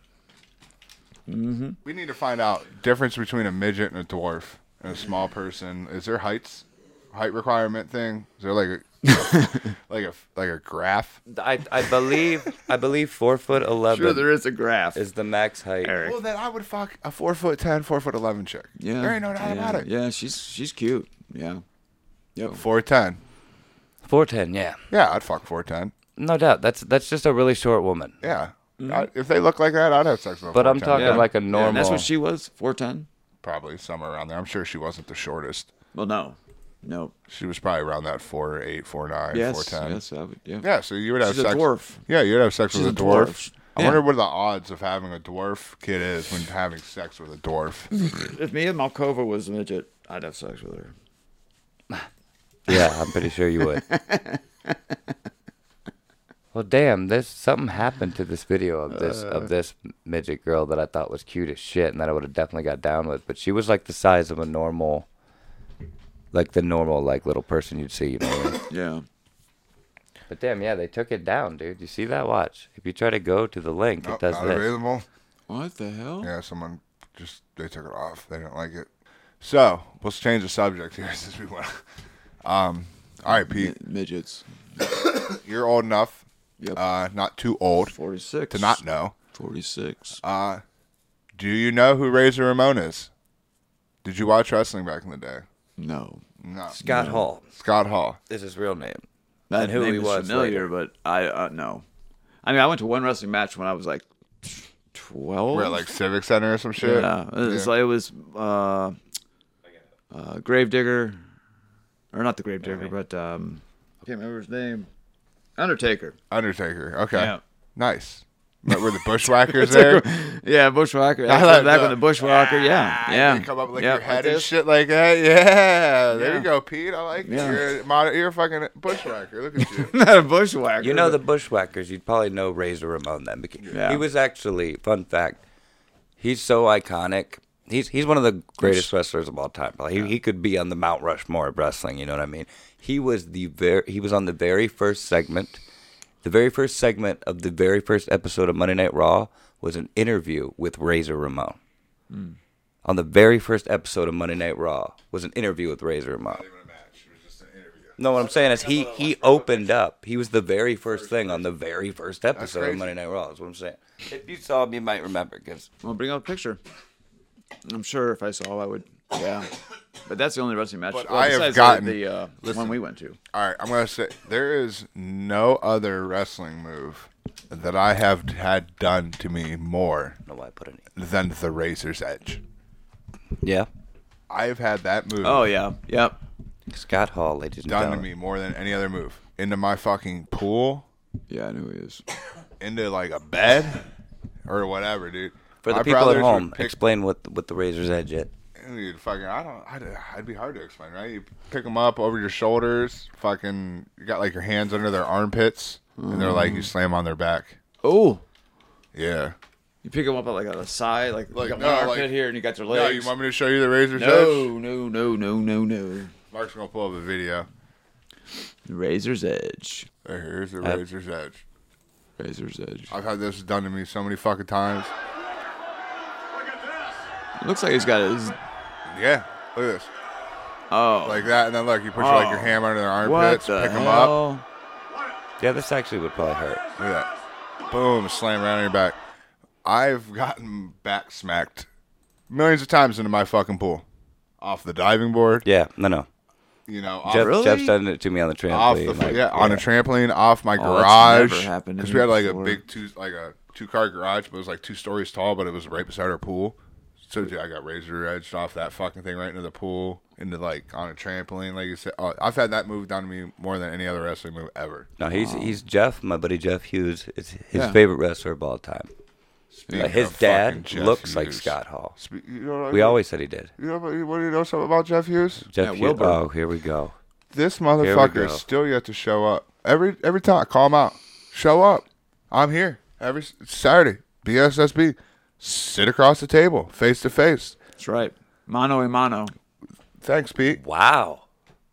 We need to find out difference between a midget and a dwarf and a small person. Is there heights, height requirement thing? Is there like a like a like a graph? I I believe I believe four foot eleven Sure, there is a graph. is the max height. Eric. Well, then I would fuck a four foot ten, four foot eleven chick. Yeah, there ain't no doubt yeah, about it. Yeah, she's she's cute. Yeah, yep. Four ten. Four ten, yeah, Yeah, I'd fuck four ten. no doubt. That's that's just a really short woman. Yeah. Mm-hmm. I, if they look like that, I'd have sex with. a But I'm 4'10". talking Yeah. like a Yeah, and that's normal- what she was. Four ten. probably somewhere around there. I'm sure she wasn't the shortest. Well, no, no. She was probably around that four eight, four nine, four Yes, ten. yes, I would, yeah. Yeah, so you would have She's a sex. dwarf. Yeah, you'd have sex She's with a a dwarf. dwarf. I Yeah. wonder what the odds of having a dwarf kid is when having sex with a dwarf. If me and Malkova was a midget, I'd have sex with her. Yeah, I'm pretty sure you would. well, damn, there's something happened to this video of this of this midget girl that I thought was cute as shit, and that I would have definitely got down with. But she was like the size of a normal, like the normal like little person you'd see. You know. what I mean? Yeah. but damn, yeah, they took it down, dude. You see that? Watch. If you try to go to the link, Oh, it does not this. available. What the hell? Yeah, someone just they took it off. They didn't like it. So let's change the subject here since we went. Um, all right, Pete, Midgets. you're old enough, Yep. uh, not too old Forty six. to not know. Uh, Forty six. uh, Do you know who Razor Ramon is? Did you watch wrestling back in the day? no. No. Scott Hall Scott Hall. is his real name. That And who name he is was familiar, but I uh, no. I mean, I went to one wrestling match when I was like twelve. We're at like Civic Center or some shit. yeah, it was like it was uh, uh, Gravedigger, or not the Gravedigger, but um, I can't remember his name. Undertaker. Undertaker. Okay. Yeah. Nice. But were the Bushwhackers there? Yeah, Bushwhacker. That's like that. back when the Ah, Bushwhacker. Yeah, yeah. They come up like Yeah, your head and this. shit like that. Yeah. There Yeah. you go, Pete. I like Yeah. it. You're a, moder- you're a fucking Bushwhacker. Look at you. Not a Bushwhacker. You know the but- Bushwhackers. You'd probably know Razor Ramon then. Because Yeah. He was actually fun fact. He's so iconic. He's he's one of the greatest wrestlers of all time. Like, he, he could be on the Mount Rushmore of wrestling. You know what I mean? He was the very he was on the very first segment. The very first segment of the very first episode of Monday Night Raw was an interview with Razor Ramon. Hmm. On the very first episode of Monday Night Raw was an interview with Razor Ramon. No, what I'm saying is he he opened up. He was the very first thing on the very first episode of crazy. Monday Night Raw. That's what I'm saying. If you saw him, you might remember because Well, bring up a picture. I'm sure if I saw, I would. Yeah, but that's the only wrestling match. But well, I have besides gotten- the, the uh, one we went to. All right, I'm gonna say there is no other wrestling move that I have had done to me more I don't know why I put it. than the Razor's Edge. In. Yeah, I've had that move Oh yeah, yep. Scott Hall, ladies and done to gentlemen. me more than any other move. Into my fucking pool, Yeah, I know he is. into like a bed or whatever, dude. For the My people at brothers would home, pick explain what what the Razor's Edge is. Dude, fucking, I don't, I'd, I'd be hard to explain, right? You pick them up over your shoulders, fucking, you got like your Mm. hands under their armpits, and they're like, you slam on their back. Oh, Yeah. You pick them up at like on the side, like, Like, you got no, one armpit like- here, and you got your No, legs. you want me to show you the razor's edge? no, no, no, no, no, no. Mark's gonna pull up a video. Razor's edge. Right here, Here's the Uh, razor's edge. Razor's edge. I've had this done to me so many fucking times. It looks like he's got his. Yeah, look at this. Oh, Like that, and then look, you put your, like your Oh. hand under their what armpits, the pick them up. hell? Yeah, this actually would probably hurt. Look at that. Boom, slam around on your back. I've gotten back smacked millions of times into my fucking pool. Off the diving board, Yeah, no, no. you know, off, Jeff, Really? Jeff's done it to me on the trampoline. Oh, off the like, yeah, on a trampoline, off my Oh, that's garage. never happened to Because me we had like before. a big two, like a two car garage, but it was like two stories tall, but it was right beside our pool. So dude, I got razor edged off that fucking thing right into the pool, into like on a trampoline. Like you said, oh, I've had that move done to me more than any other wrestling move ever. No, he's he's Jeff, my buddy Jeff Hughes. It's his Yeah. favorite wrestler of all time. Speaking Like, his of fucking dad Jeff looks like Hughes. Scott Hall. Spe- you know what I We mean? always said he did. You know what what do you know something about Jeff Hughes? Jeff Yeah, Hughes. Wilbur. Oh, here we go. This motherfucker go. is still yet to show up. Every every time I call him out, show up. I'm here every s- Saturday. BSSB, sit across the table, face to face. That's right. Mano a mano. Thanks, Pete. Wow.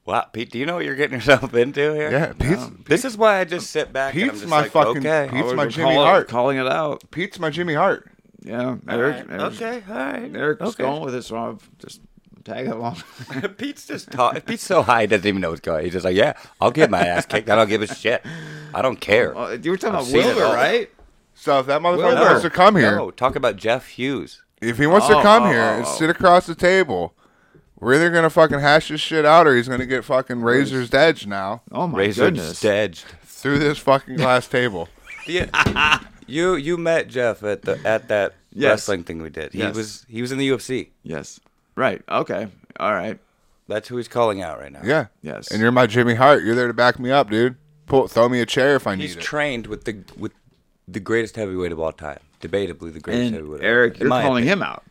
Wow, Pete, do you know what you're getting yourself into here? Yeah, Pete's This is why I just sit back and I'm Pete's just my like, fucking okay. Pete's my We're Jimmy calling- Hart. Calling it out. Pete's my Jimmy Hart. Yeah. Eric, Eric's- oh, okay, all right. Eric's okay. going with it, so I'm just tagging along. Pete's just talk. Pete's so high, he doesn't even know what's going. on. He's just like, yeah, I'll get my ass kicked. I don't give a shit. I don't care. Well, you were talking I've about seen it Wilbur, all. right? So if that motherfucker Well, no. wants to come here, No, talk about Jeff Hughes. if he wants to Oh, come oh, here oh, and oh. sit across the table, we're either gonna fucking hash this shit out or he's gonna get fucking razor's edge now Oh my Razor goodness. Stedged. through this fucking glass table. Yeah. you you met Jeff at the at that Yes. wrestling thing we did. He Yes. was he was in the UFC. Yes. Right. Okay. All right. That's who he's calling out right now. Yeah. Yes. And you're my Jimmy Hart. You're there to back me up, dude. Pull, throw me a chair if I need He's it. trained with the with the greatest heavyweight of all time. Debatably the greatest And heavyweight. Eric, you're calling him out.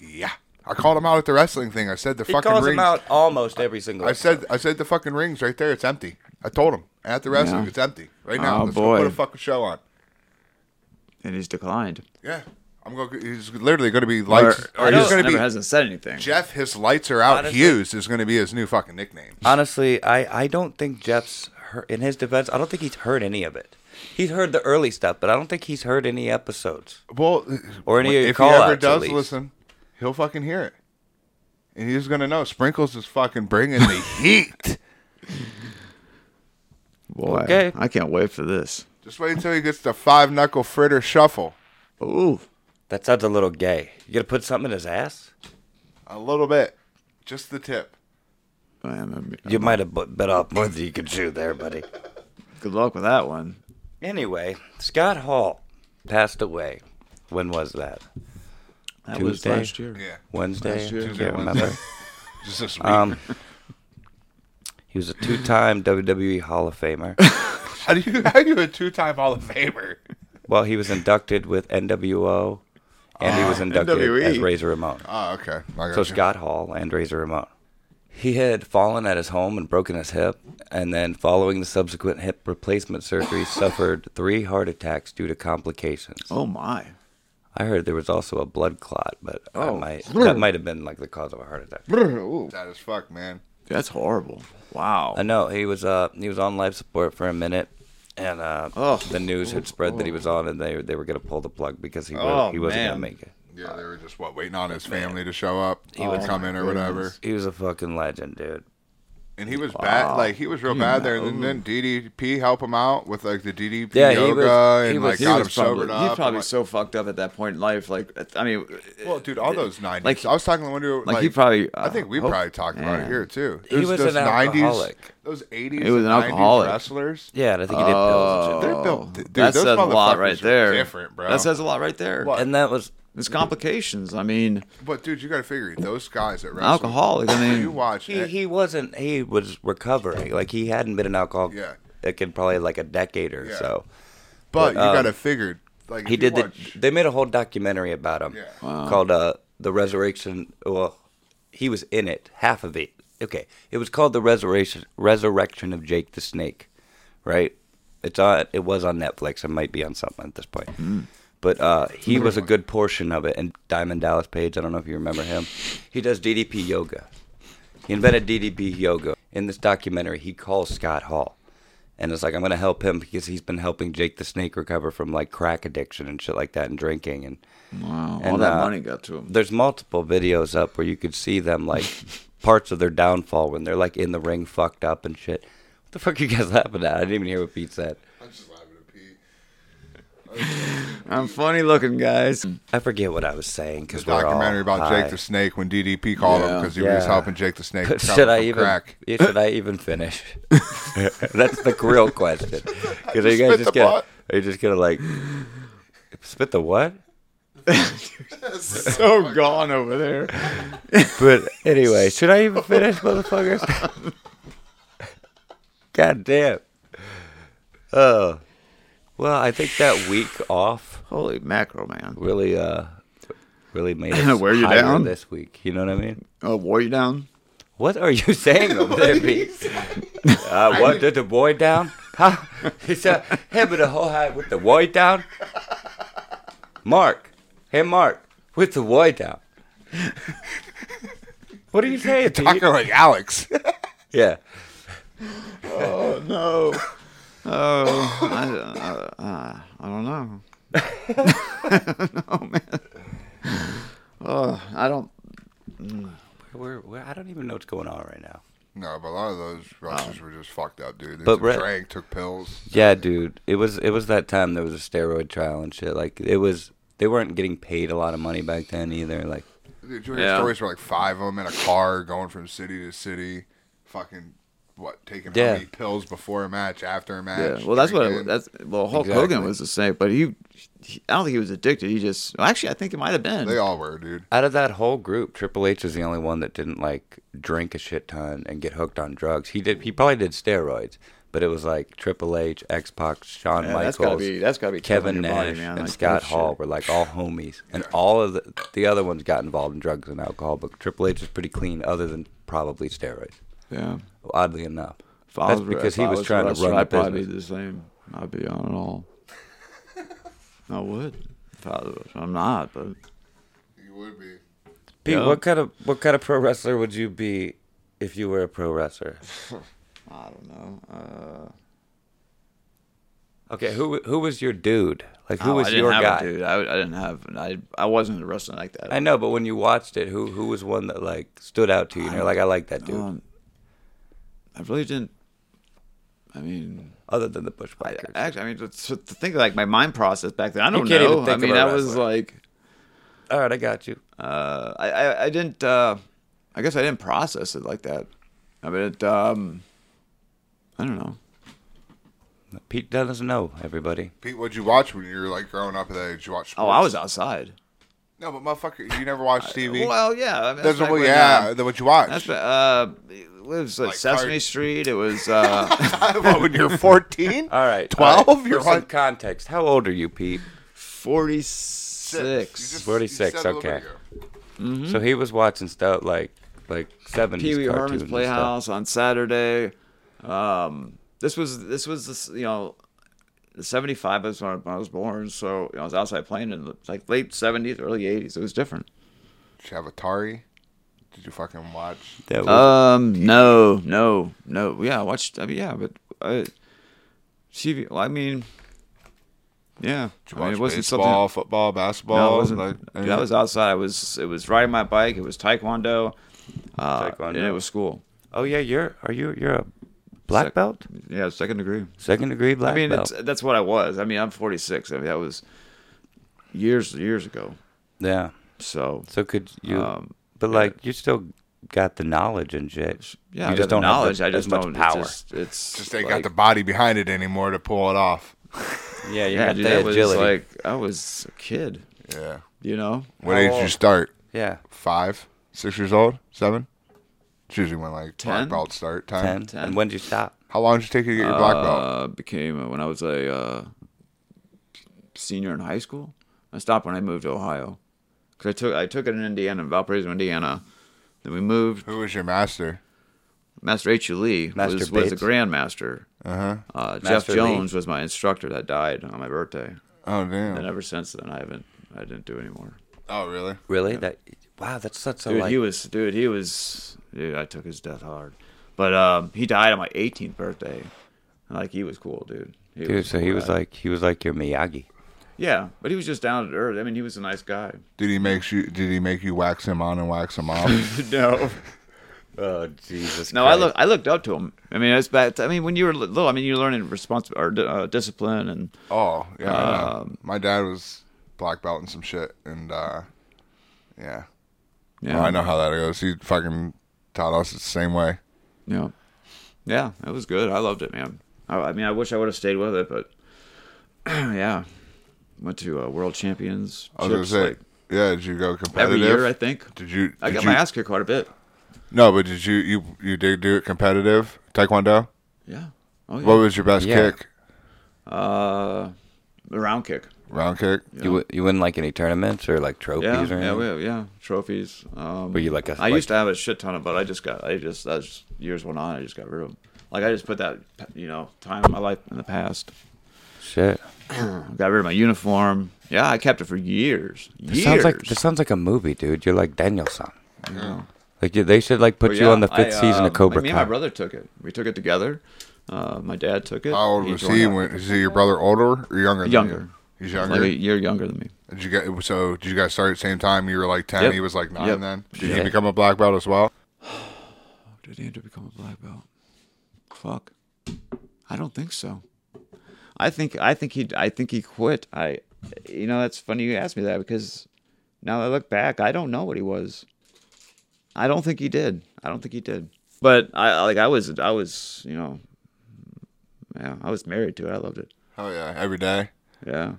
yeah. I called him out at the wrestling thing. I said the He fucking calls rings. him out almost every single. I said I said the fucking rings right there. It's empty. I told him at the wrestling Yeah. it's empty right now. Oh, Let's boy. go put a fucking show on. And he's declined. Yeah. I'm going. to He's literally going to be lights. or or he he's just going never to be hasn't said anything. Jeff. His lights are out. Honestly- Hughes is going to be his new fucking nickname. Honestly, I, I don't think Jeff's hurt, in his defense. I don't think he's heard any of it. He's heard the early stuff, but I don't think he's heard any episodes. Well, Or any of your if he ever call-outs, at does least. listen, he'll fucking hear it, and he's going to know. Sprinkles is fucking bringing the heat. Boy, Okay. I can't wait for this. Just wait until he gets the five knuckle fritter shuffle. Ooh. That sounds a little gay. You gonna put something in his ass? A little bit. Just the tip. I am- You might have bu- bit off more than you could chew there, buddy. Good luck with that one. Anyway, Scott Hall passed away. When was that? That Tuesday. was last year. Yeah. Wednesday. Last year. I Tuesday, can't Wednesday. remember. Just this week. Um, he was a two-time WWE Hall of Famer. how do you how do you a two time Hall of Famer? Well, he was inducted with NWO, and he Ah, was inducted NWE. as Razor Ramon. Ah, Oh, okay. I So gotcha. Scott Hall and Razor Ramon. He had fallen at his home and broken his hip, and then following the subsequent hip replacement surgery, suffered three heart attacks due to complications. Oh my. I heard there was also a blood clot, but Oh. I might, that might have been like the cause of a heart attack. Ooh. Sad as fuck, man. That's horrible. Wow. I know he was uh he was on life support for a minute, and uh, Ugh. the news had spread that he was on, and they they were gonna pull the plug because he was, Oh, he wasn't man. gonna make it. Yeah, they were just what waiting on his family to show up, or come in, or whatever. He was a fucking legend, dude. And he was bad, like he was real bad there. And then, then DDP help him out with like the DDP Yeah, he yoga was- he and was- like he got was him probably, sobered up. He's and, probably like- so fucked up at that point in life. Like, I mean, well, dude, all those nineties. like- I was talking to one dude. like, he probably, I think we uh, hope- probably talked about it yeah. here too. He was those an 90s, alcoholic. Those eighties. He was an alcoholic. Wrestlers. Yeah, and I think he did Oh. pills and shit. They're built- dude, that those says a lot motherfuckers right are there. different, bro. That says a lot right there. What? and that was It's complications. I mean, But dude, you got to figure those guys that wrestle. alcoholic. I You mean, watch. he, he uh, wasn't he was recovering like he hadn't been an alcoholic Yeah. like in probably like a decade or Yeah. so but you um, got to figure. Like if he you did the, watch- they made a whole documentary about him Yeah. called uh the resurrection well he was in it half of it okay it was called the resurrection resurrection of jake the snake right it's on it was on netflix it might be on something at this point But uh, he was a good portion of it. And Diamond Dallas Page, I don't know if you remember him. He does DDP yoga. He invented DDP yoga. In this documentary, he calls Scott Hall. And it's like, I'm going to help him because he's been helping Jake the Snake recover from like crack addiction and shit like that and drinking. And Wow, all And, that uh, money got to him. there's multiple videos up where you could see them like parts of their downfall when they're like in the ring fucked up and shit. What the fuck you guys laughing at? I didn't even hear what Pete said. I'm just laughing at Pete. I'm funny looking, guys. I forget what I was saying because we're Documentary all about high. Jake the Snake when DDP called him Yeah. because he was Yeah. helping Jake the Snake. recover should I from even? crack. yeah, Should I even finish? That's the real question. Because are just you guys spit just the gonna? pot. Are you just gonna like spit the what? so gone over there. But anyway, should I even finish, motherfuckers? God damn. Oh. Well, I think that week off Holy mackerel, man! really, uh, really made us Wear you higher down? this week. You know what I mean? Oh, wore you down? What are you saying over there, Pete? Uh, what did the boy down? Huh? He said, him with the whole high with the boy down. Mark, hey Mark, with the boy down. What are you saying, Pete? Talking like Alex. Yeah. Oh no. Oh, I, uh, uh, I don't know. oh man. Oh, I don't. We're, we're, I don't even know what's going on right now. no, but a lot of those rushers were just fucked up, dude. They Oh. But took- Brett- drank, took pills. Yeah, dude, it was it was that time there was a steroid trial and shit. Like it was, they weren't getting paid a lot of money back then either. Like Dude, you hear Yeah. stories where like five of them in a car going from city to city, fucking what taking how Yeah. many pills before a match, after a match. Yeah. Well, that's what. drinking. that's well. Hulk Hogan Exactly. was the same, but he, he. I don't think he was addicted. He just. well, actually, I think it might have been. they all were, dude. out of that whole group, Triple H is the only one that didn't like drink a shit ton and get hooked on drugs. He did. He probably did steroids, but it was like Triple H, X Pac, Shawn Yeah, Michaels, that's gotta be- that's gotta be Kevin killing your body, Nash, man, and like, Scott that Hall shit. were like all homies, and all of the, the other ones got involved in drugs and alcohol. But Triple H is pretty clean, other than probably steroids. Yeah. Oddly enough, If I that's was- because if he I was trying to wrestler, run the I'd probably business. be the same. I'd be on it all. I would. If I was, I'm not, but You would be. Pete, Yeah. what kind of what kind of pro wrestler would you be if you were a pro wrestler? I don't know. Uh, Okay, who who was your dude? Like who oh, was I didn't your have guy? a dude. I, I didn't have. I I wasn't wrestling like that. I know, but when you watched it, who who was one that like stood out to you? And you're like, I like that dude. Um, I really didn't. I mean, Other than the I, Bushwhackers, I, actually, I mean, to, to think of, like my mind process back then. I don't can't know. even think I mean, about I was wrestling. like, all right, I got you. uh, I, I I didn't. Uh, I guess I didn't process it like that. I mean, it, um, I don't know. Pete doesn't know everybody. Pete, what'd you watch when you were like growing up at that age? You watched Oh, I sports? was outside. No, but motherfucker, you never watched TV. Well, yeah. I mean, That's back what, when, yeah, uh, that's what you watch. that's ba- uh, it was like, Like Sesame cart- Street. It was uh, What, when you're 14? All right, 12? all right. You're For some on- context. How old are you, Pete? forty You just- six. you 46, said a little okay. bit ago. So he was watching stuff like like seventies Pee Wee Herman's cartoons. and stuff. Playhouse on Saturday. Um, this was this was this, you know. the 75 is when I when I was born, so you know, I was outside playing in the, like late 70s, early 80s. It was different. Did you have Atari? Did you fucking watch? That was, Um, no, no, no. Yeah, I watched. I mean, yeah, but uh, TV. well, I mean, yeah. Did you I mean, watch it wasn't baseball, something. football, basketball? No, it wasn't. like- dude, I was outside. I was. It was riding my bike. It was taekwondo. Uh, Taekwondo. And it was school. oh yeah, you're are you you're a black Sec- belt, Yeah, second degree. second degree black I mean, belt. it's, uh, that's what I was. I mean, I'm 46. I mean, that was years years ago. yeah. So So could you? Um, but like, you still got the knowledge and shit. yeah, you I just got don't the have the- knowledge. I as just much don't. it's power. just- It's Just they like- got the body behind it anymore to pull it off. yeah, you yeah, got dude, the that was agility. like I was a kid. Yeah. You know, What age did you old? start? yeah, Five, six years old, seven. It's usually when like black Ten? belt start time. 10. Ten. And when did you stop? How long did it take you to get your black belt? uh, became when I was a uh, senior in high school. I stopped when I moved to Ohio because I took I took it in Indiana, in Valparaiso, Indiana. Then we moved. Who was your master? Master H. U. Lee Master Uh-huh. Uh, was, Oh And damn. ever since then, I haven't. I didn't do anymore. Oh really? Really? That wow, that's such a Dude, like, he was. Dude, he was. Dude, I took his death hard. But um, he died on my 18th birthday. And, Like he was cool, dude. He dude. So a cool he was guy. like he was like your Miyagi. yeah, but he was just down to earth. I mean, he was a nice guy. Did he make you? Did he make you wax him on and wax him off? no, Oh Jesus! No, I look. I looked up to him. I mean, it's bad. I mean, when you were little, I mean, you're learning response or uh, discipline, and oh yeah. I know. Um, My dad was black belt and some shit, and uh, yeah. yeah, Well, I know how that goes. He fucking taught us the same way. yeah, yeah. It was good. I loved it, man. I, I mean, I wish I would have stayed with it, but yeah, went to uh, world champions. I was gonna say, yeah. Did you go competitive? every year, I think. Did you? I did got you, my ass kicked quite a bit. No, but did you? You you did do it competitive taekwondo. Yeah. Oh yeah. What was your best Yeah. kick? uh, the round kick. Round kick. You w- you win like any tournaments or like trophies Yeah, or anything. yeah, we, yeah. Trophies. Um, Were you like a- I like- used to have a shit ton of, but I just got. I just as years went on, I just got rid of them. Like I just put that, you know, time in my life in the past. Shit. Got rid of my uniform. Yeah, I kept it for years. This Years. sounds like this sounds like a movie, dude. You're like Danielson. Like you- they should like put But you yeah, on the fifth I, season um, of Cobra like, Me and my Kai. brother took it. We took it together. Uh, my dad took it. How old was joined he? up. When, is he your brother older or younger? Than Younger. You? He's younger. Like a year younger than me. Did you get so? Did you guys start at the same time? You were like ten. Yep. He was like nine. Yep. Then did he Yeah. become a black belt as well? Oh, did Andrew become a black belt? Fuck. I don't think so. I think I think he I think he quit. I you know that's funny you asked me that because now that I look back, I don't know what he was. I don't think he did. I don't think he did. But I like I was I was, you know, yeah, I was married to it. I loved it. Oh yeah, every day. Yeah.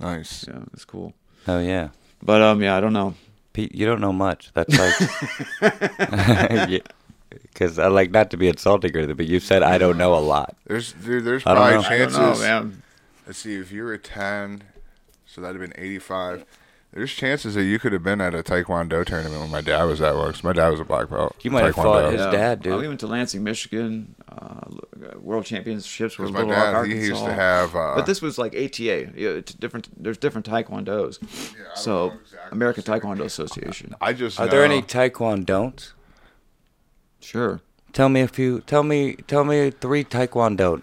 Nice. Yeah, it's cool. Oh yeah, But um yeah, I don't know. Pete, you don't know much. That's like because I like not to be insulting or anything, but you said I don't know a lot. There's dude. There's I probably don't know. I chances. man. Let's see. If you were ten, so that'd have been eighty-five. There's chances that you could have been at a taekwondo tournament when my dad was at work. 'cause My dad was a black belt. You might have taekwondo. fought his- dad, dude. Uh, we went to Lansing, Michigan. Uh, world championships was My Little dad, Rock, Arkansas. he used to have. Uh, but this was like ATA. You know, it's different. There's different taekwondos. don't so know exactly American what's Taekwondo Association. I just. Are there know- any taekwondo don'ts? Sure. Tell me a few. Tell me. Tell me three taekwondo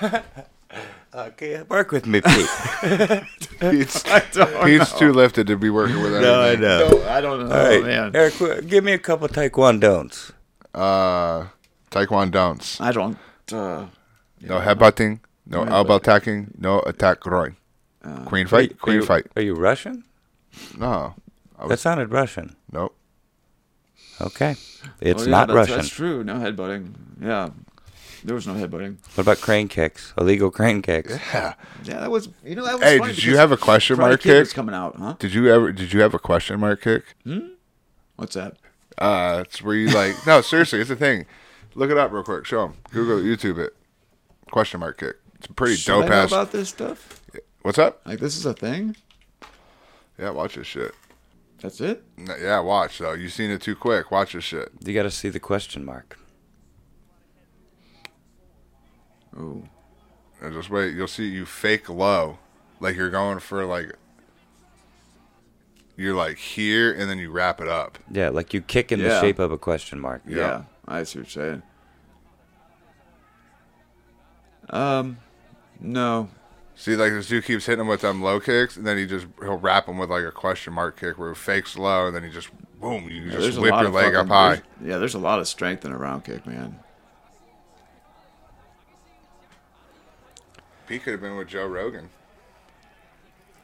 don'ts. okay, work with me, Pete. Pete's, don't Pete's too lifted to be working with anything. No, I don't know. All right, Oh, man. Eric, wh- give me a couple taekwondo don'ts. Uh, taekwondo don'ts. I don't. Uh, No headbutting. No No elbow attacking. No attack groin. Uh, Queen fight. Are Queen you- fight. Are you Russian? No. I was, That sounded Russian. nope. Okay, it's oh, yeah, not that's, Russian. That's true. No headbutting. Yeah. There was no headbutting. What about crane kicks? Illegal crane kicks. Yeah, that was. You know, that was. Hey, funny did you because have a question Karate mark Kid was kick? coming out, huh? Did you ever? Did you have a question mark kick? What's that? Uh, it's where you like. no, seriously, it's a thing. Look it up real quick. Show them. Google it, YouTube it. Question mark kick. It's a pretty Should I dope know ass. about this stuff? What's up? Like this is a thing. Yeah, watch this shit. That's it. No, yeah, watch though. You seen it too quick. Watch this shit. You got to see the question mark. Oh. And just wait. You'll see you fake low, like you're going for like. You're like here, and then you wrap it up. Yeah, like you kick in the Yeah. shape of a question mark. Yeah. I see what you're saying. Um, no. See, like this dude keeps hitting him with them low kicks, and then he just he'll wrap him with like a question mark kick where he fakes low, and then he just boom, you Yeah, just whip your of leg up fucking- high. there's- Yeah, there's a lot of strength in a round kick, man. He could have been with Joe Rogan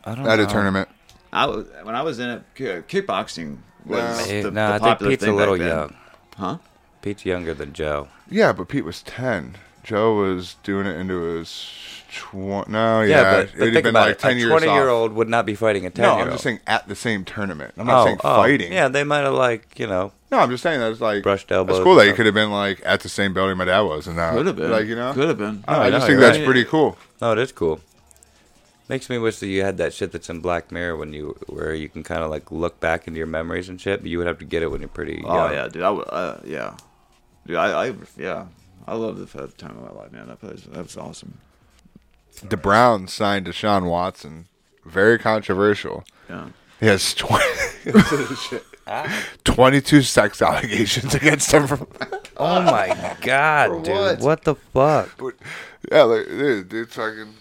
I don't at know. a tournament. I was, when I was in it, ki- kickboxing was Eh, the, no, the I think popular Pete's a thing back little then. young. huh? Pete's younger than Joe. Yeah, but Pete was ten. Joe was doing it into his twenty. No, yeah, but, but it'd think have been about like it. ten a years. off. twenty-year-old would not be fighting a No, ten-year-old. I'm just saying at the same tournament. I'm not saying fighting. Oh, Yeah, they might have like you know. No, I'm just saying that's like Brushed elbows That's cool and that you stuff. could have been like at the same building my dad was, and that Could have been. Uh, like you know Could have been. I, I No, just no, think you're that's right. pretty cool. No, oh, it is cool. Makes me wish that you had that shit that's in Black Mirror when you where you can kind of like look back into your memories Oh, and shit, but you would have to get it when you're pretty. Oh young. yeah, dude. I w- uh, yeah, dude. I, I yeah. I love the f- time of my life, man. That plays. That was awesome. The Browns signed Deshaun Watson. Very controversial. Yeah. He has 20, twenty-two sex allegations against him from. Oh my god, dude! what? What? the fuck? But yeah, like, dude, dude, fucking.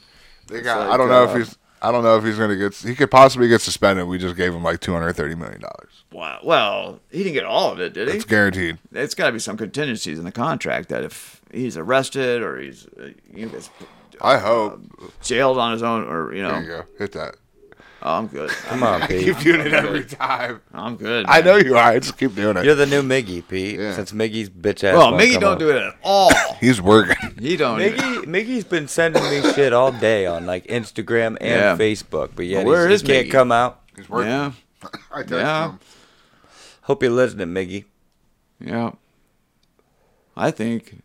They got. I like, don't know uh, if he's. I don't know if he's gonna get. He could possibly get suspended. We just gave him like two hundred thirty million dollars. Wow. Well, he didn't get all of it, did he? It's guaranteed. it's got to be some contingencies in the contract that if he's arrested or he's uh, you know, gets I hope. jailed on his own or you know, There you go. Hit that. Oh, I'm good. Come on, I Pete. keep doing it every time. I'm good. I man. know you are. I just keep doing it. You're the new Miggy, Pete. Yeah. Since Miggy's bitch ass. Well, won't Miggy come don't up. do it at all. He's working. he don't. even- Miggy, Miggy's been sending me shit all day on like Instagram and Yeah. Facebook, but yet Well, where he is can't Miggy? come out. He's working. Yeah. I text Yeah. him. Hope you're listening, Miggy. Yeah. I think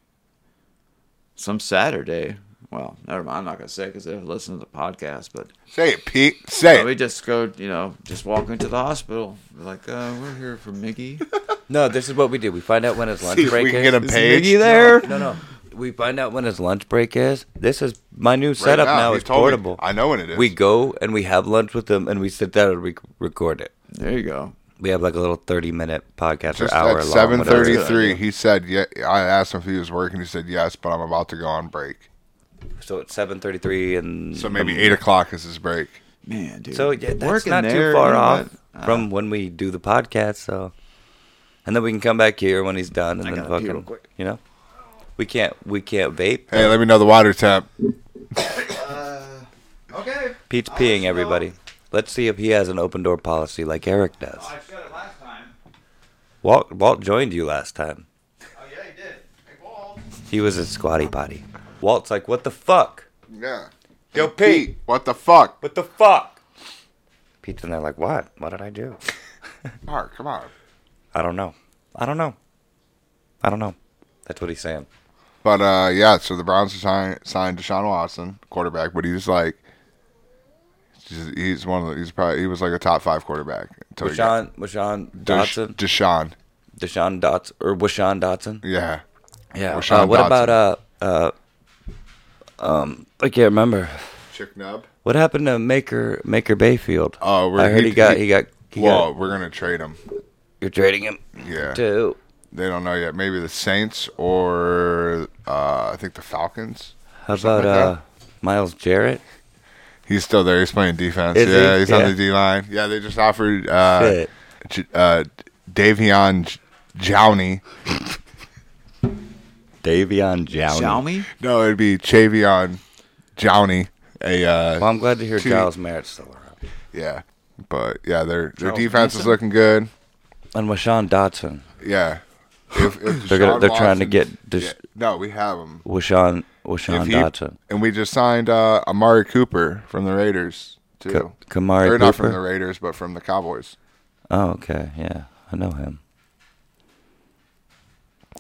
some Saturday. Well, never mind. I'm not gonna say because they're listening to the podcast, but Say it, Pete. Oh, Say we it. just go, you know, just walk into the hospital. We're like, uh, we're here for Miggy. No, this is what we do. We find out when his lunch See if break we can is. get him Is paid. Miggy there? No, no. We find out when his lunch break is. This is my new Right setup now. he is told me- portable. I know when it is. We go and we have lunch with them, and we sit down and we record it. There you go. We have like a little thirty-minute podcast Just or hour at long. seven whatever it is. thirty-three, he said. Yeah, I asked him if he was working. He said yes, but I'm about to go on break. So it's seven thirty-three, and So maybe eight o'clock is his break. Man, dude. So yeah, that's Working not there, too far you know off what? Uh, from when we do the podcast. So, and then we can come back here when he's done, and I then gotta pee fucking, real quick. you know, we can't we can't vape. Hey, let me know the water tap. Okay. Pete's peeing everybody. Let's see if he has an open door policy like Eric does. Oh, shut it last time. Walt Walt joined you last time. Oh yeah, he did. Hey, Paul. He was a squatty potty. Walt's like, what the fuck? Yeah. Yo, Pete. What the fuck? What the fuck? Pete's in there like, what? What did I do? Mark, come on. I don't know. I don't know. I don't know. That's what he's saying. But uh, yeah, so the Browns signed signed Deshaun Watson, quarterback, but he's like, he's- he's one of the, he's probably he was like a top five quarterback. until he got- Washawn Washawn Desh- Dotson. Deshaun, Deshaun Dotson or Washawn Dotson. yeah. Yeah. Rashawn uh, what Dotson. about uh uh um I can't remember. Chick Nub. What happened to Maker Maker Bayfield? Oh, we're- I heard he- he, got he- he, got he Well, got we're gonna trade him. you're trading him Yeah, to they don't know yet. Maybe the Saints or uh, I think the Falcons. how about Something like uh Miles Jarrett? He's still there. He's playing defense. Is he? yeah, he's on Yeah. the D line. Yeah, they just offered uh, Shit. J- uh, Davion J- Jowney. Davion Jowney. Xiaomi. No, it'd be Chavion Jowney. A uh, Well, I'm glad to hear Two- Giles Merritt's still around. Yeah, but yeah, their their Charles defense is Mason? looking good. And Washawn Dotson. Yeah, if, if They're gonna- Deshaun they're trying to Watson's- get Des- no, we have him. Washawn Washawn If he- Dotson. and we just signed uh, Amari Cooper from the Raiders too. Ka- Kamari or not from Cooper? the Raiders, but from the Cowboys. Oh, okay. Yeah. I know him.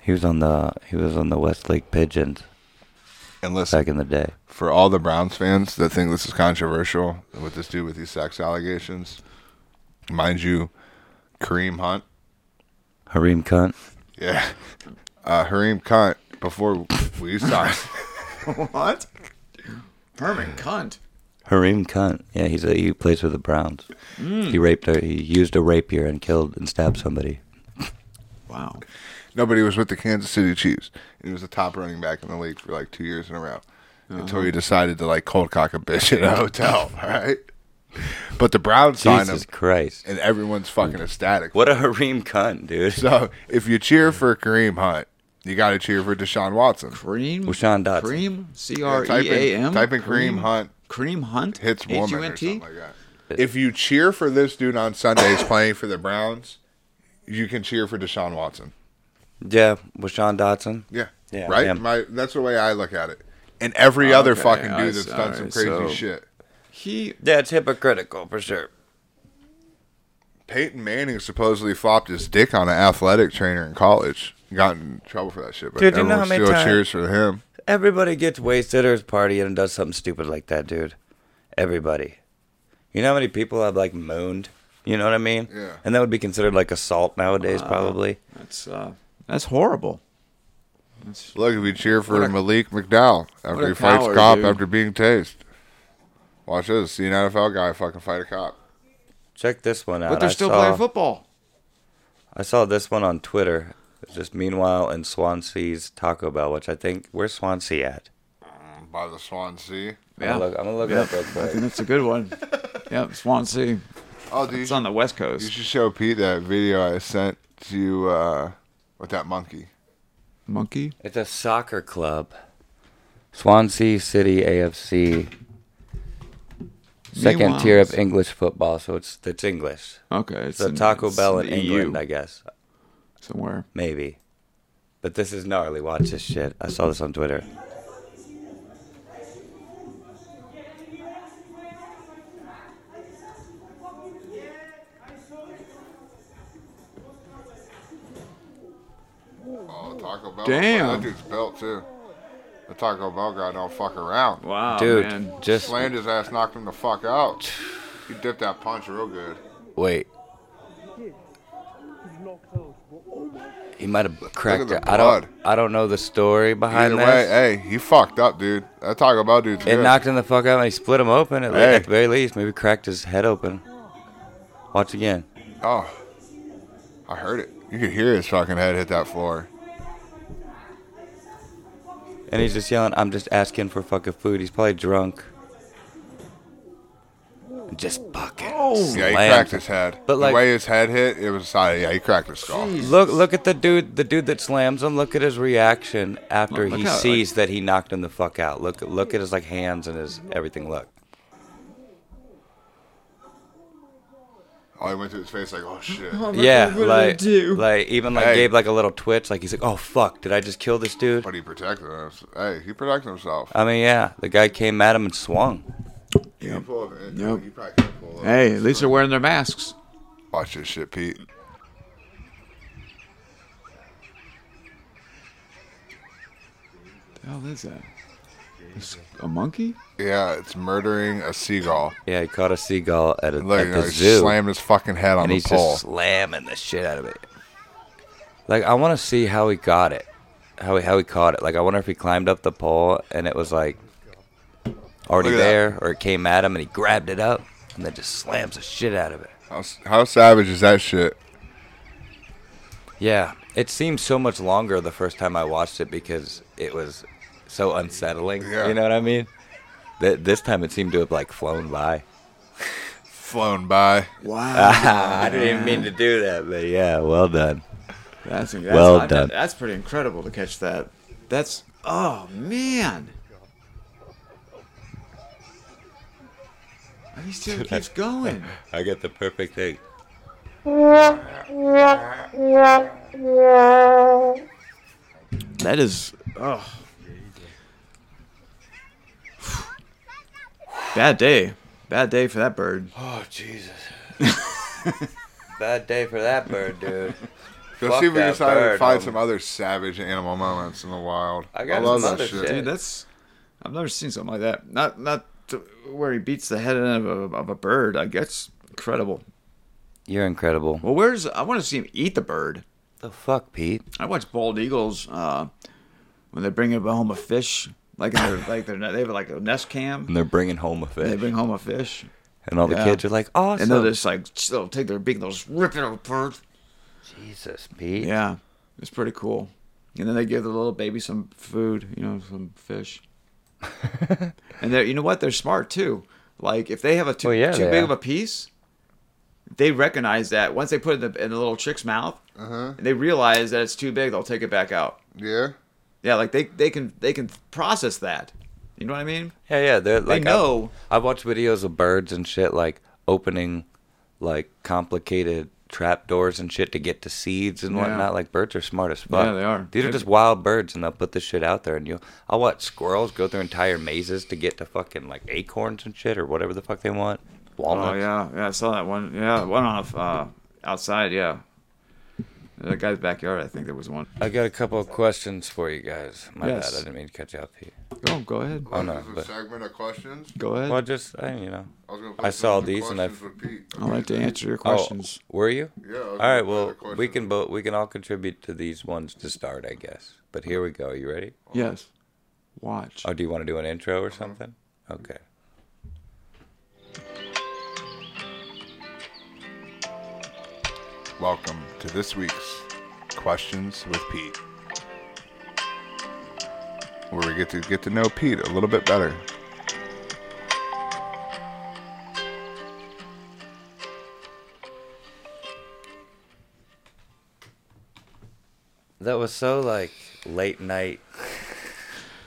He was on the he was on the Westlake Pigeons And listen, back in the day. for all the Browns fans that think this is controversial, what this dude with these sex allegations, mind you, Kareem Hunt, Hareem Cunt. yeah, uh, Kareem Hunt. Before we signed, What? Herman cunt. Hareem Cunt. Yeah, he's a, he plays for the Browns. He raped a, he used a rapier and killed and stabbed somebody. Wow. Nobody was with the Kansas City Chiefs. He was the top running back in the league for like two years in a row Uh-huh. until he decided to like cold cock a bitch in a hotel. All right, but the Browns signed him, Jesus Christ. and everyone's fucking ecstatic. What a Hareem Cunt, dude. So if you cheer for Kareem Hunt, you got to cheer for Deshaun Watson. Cream. Rashawn Dotson. Cream. C Yeah, R type E A in, M. type in Kareem Hunt Cream Hunt. hits woman or H-U-N-T? something like that. If you cheer for this dude on Sundays playing for the Browns, you can cheer for Deshaun Watson. Yeah, Washawn Dotson. Yeah. Yeah, Right? yeah. My that's the way I look at it. And every other Oh, Okay, fucking I dude that's see. done some Alright, crazy so- shit. He. Yeah, it's hypocritical for sure. Peyton Manning supposedly flopped his dick on an athletic trainer in college. Got in trouble for that shit, but Dude, you everyone know how many still times- cheers for him. Everybody gets wasted or is partying and does something stupid like that, dude. Everybody. You know how many people I've like mooned? You know what I mean? Yeah. Uh-huh. And that would be considered like assault nowadays, probably. That's uh. That's horrible. Look, if you cheer for What a- Malik McDowell after a he fights coward, cop dude. after being tased. Watch this. See an NFL guy fucking fight a cop. Check this one out. But they're I still saw- playing football. I saw this one on Twitter. It's just meanwhile in Swansea's Taco Bell, which I think where's Swansea at? By the Swansea. I'm gonna look, I'm gonna look it up real I think quick. that's a good one. yep, Swansea. Oh, dude. It's on the West You Coast. should show Pete that video I sent to you uh, with that monkey. Monkey. It's a soccer club. Swansea City AFC. Second Meanwhile, tier of it's- English football, so it's it's English. Okay, It's it's a in- Taco it's Bell in the E England, EU I guess. somewhere. Maybe. But this is gnarly. Watch this shit. I saw this on Twitter. Oh, Taco Bell. Damn. That dude's built, too. The Taco Bell guy don't fuck around. Wow, Dude, Oh, man. just Slammed his ass, knocked him the fuck out. He dipped that punch real good. wait. He might have cracked the it. I don't blood. I don't know the story behind Either this. way, hey, he fucked up, dude. That Taco Bell dude's It good. knocked him the fuck out and he split him open at, le- Hey. at the very least. Maybe cracked his head open. Watch again. Oh, I heard it. You could hear his fucking head hit that floor. And he's just yelling, I'm just asking for fucking food. He's probably drunk. Just fucking. Oh, Yeah, he slammed. cracked his head. But, like- the way his head hit, it was uh, yeah, he cracked his skull. Look look at the dude the dude that slams him, look at his reaction after Look- look he how, like- sees that he knocked him the fuck out. Look look at his like hands and his everything look. Oh, he went to his face like, oh shit. Yeah, like, like even like Hey. gave like a little twitch, like he's like, Oh fuck, did I just kill this dude? But he protected us. Hey, he protected himself. I mean yeah, the guy came at him and swung. He Yep. pulled it. Yep. He probably could pull it. Hey, at least they're wearing their masks. Watch this shit, Pete. The hell is that? It's a monkey? Yeah, it's murdering a seagull. Yeah, he caught a seagull at, a, Look, at you the know, he zoo. slammed his fucking head on and the he's pole. just slamming the shit out of it. Like I want to see how he got it, how he how he caught it. Like I wonder if he climbed up the pole and it was like already Look at that. there, or it came at him and he grabbed it up and then just slams the shit out of it. how, how savage is that shit? Yeah, it seemed so much longer the first time I watched it because it was so unsettling. Yeah. You know what I mean? That this time it seemed to have like flown by. Flown by. Wow. Ah, I didn't even mean to do that, but yeah, well done. that's, that's Well I- done. That's pretty incredible to catch that. That's oh man. He still keeps going. I got the perfect thing. That is oh. Bad day. Bad day for that bird. Oh Jesus! Bad day for that bird, dude. Go Fuck see if we that can decide to bird, find homie. some other savage animal moments in the wild. I got love some that other shit. shit. Dude, that's I've never seen something like that. Not not to, where he beats the head in of a, of a bird. I guess incredible. You're incredible. What Well, where's I want to see him eat the bird. the fuck, Pete? I watch bald eagles uh, when they bring home a fish, like in their, like their they have like a nest cam. And they're bringing home a And they fish, bring home a fish, and all the Yeah. kids are like, "Awesome!" and they'll just like they'll take their beak, and they'll just rip it apart. Jesus, Pete. Yeah, it's pretty cool. And then they give the little baby some food, you know, some fish. and they are you know what? They're smart too. Like if they have a too, Well, yeah, too they big are. of a piece, they recognize that once they put it in the, in the little chick's mouth, they realize that it's too big. They'll take it back out. Yeah. Yeah, like they they can they can process that. You know what I mean? yeah, yeah. They're like, know. I, I watch videos of birds and shit, like opening, like complicated trap doors and shit to get to seeds and Yeah. whatnot. Like birds are smart as fuck. Yeah, they are. These are They- just wild birds, and they'll put this shit out there. And you, I watch squirrels go through entire mazes to get to fucking like acorns and shit or whatever the fuck they want. Oh, Walnuts. yeah, yeah. I saw that one. Yeah, one on uh, outside. Yeah, That guy's backyard, I think there was one. I got a couple of questions for you guys. My Yes. bad, I didn't mean to cut you off. Pete. Oh, go ahead. Oh, no, This is a but- segment of questions. Go ahead. Well, just I, you know, I, was gonna I play saw some these and I- questions with Pete. I like to answer your Oh, questions. were you? Yeah. I was All gonna right. play Well, the questions. we can both we can all contribute to these ones to start, I guess. But here we go. You ready? Yes. Watch. Oh, do you want to do an intro Uh-huh. or something? Okay. Welcome to this week's Questions with Pete, where we get to get to know Pete a little bit better. That was so like late night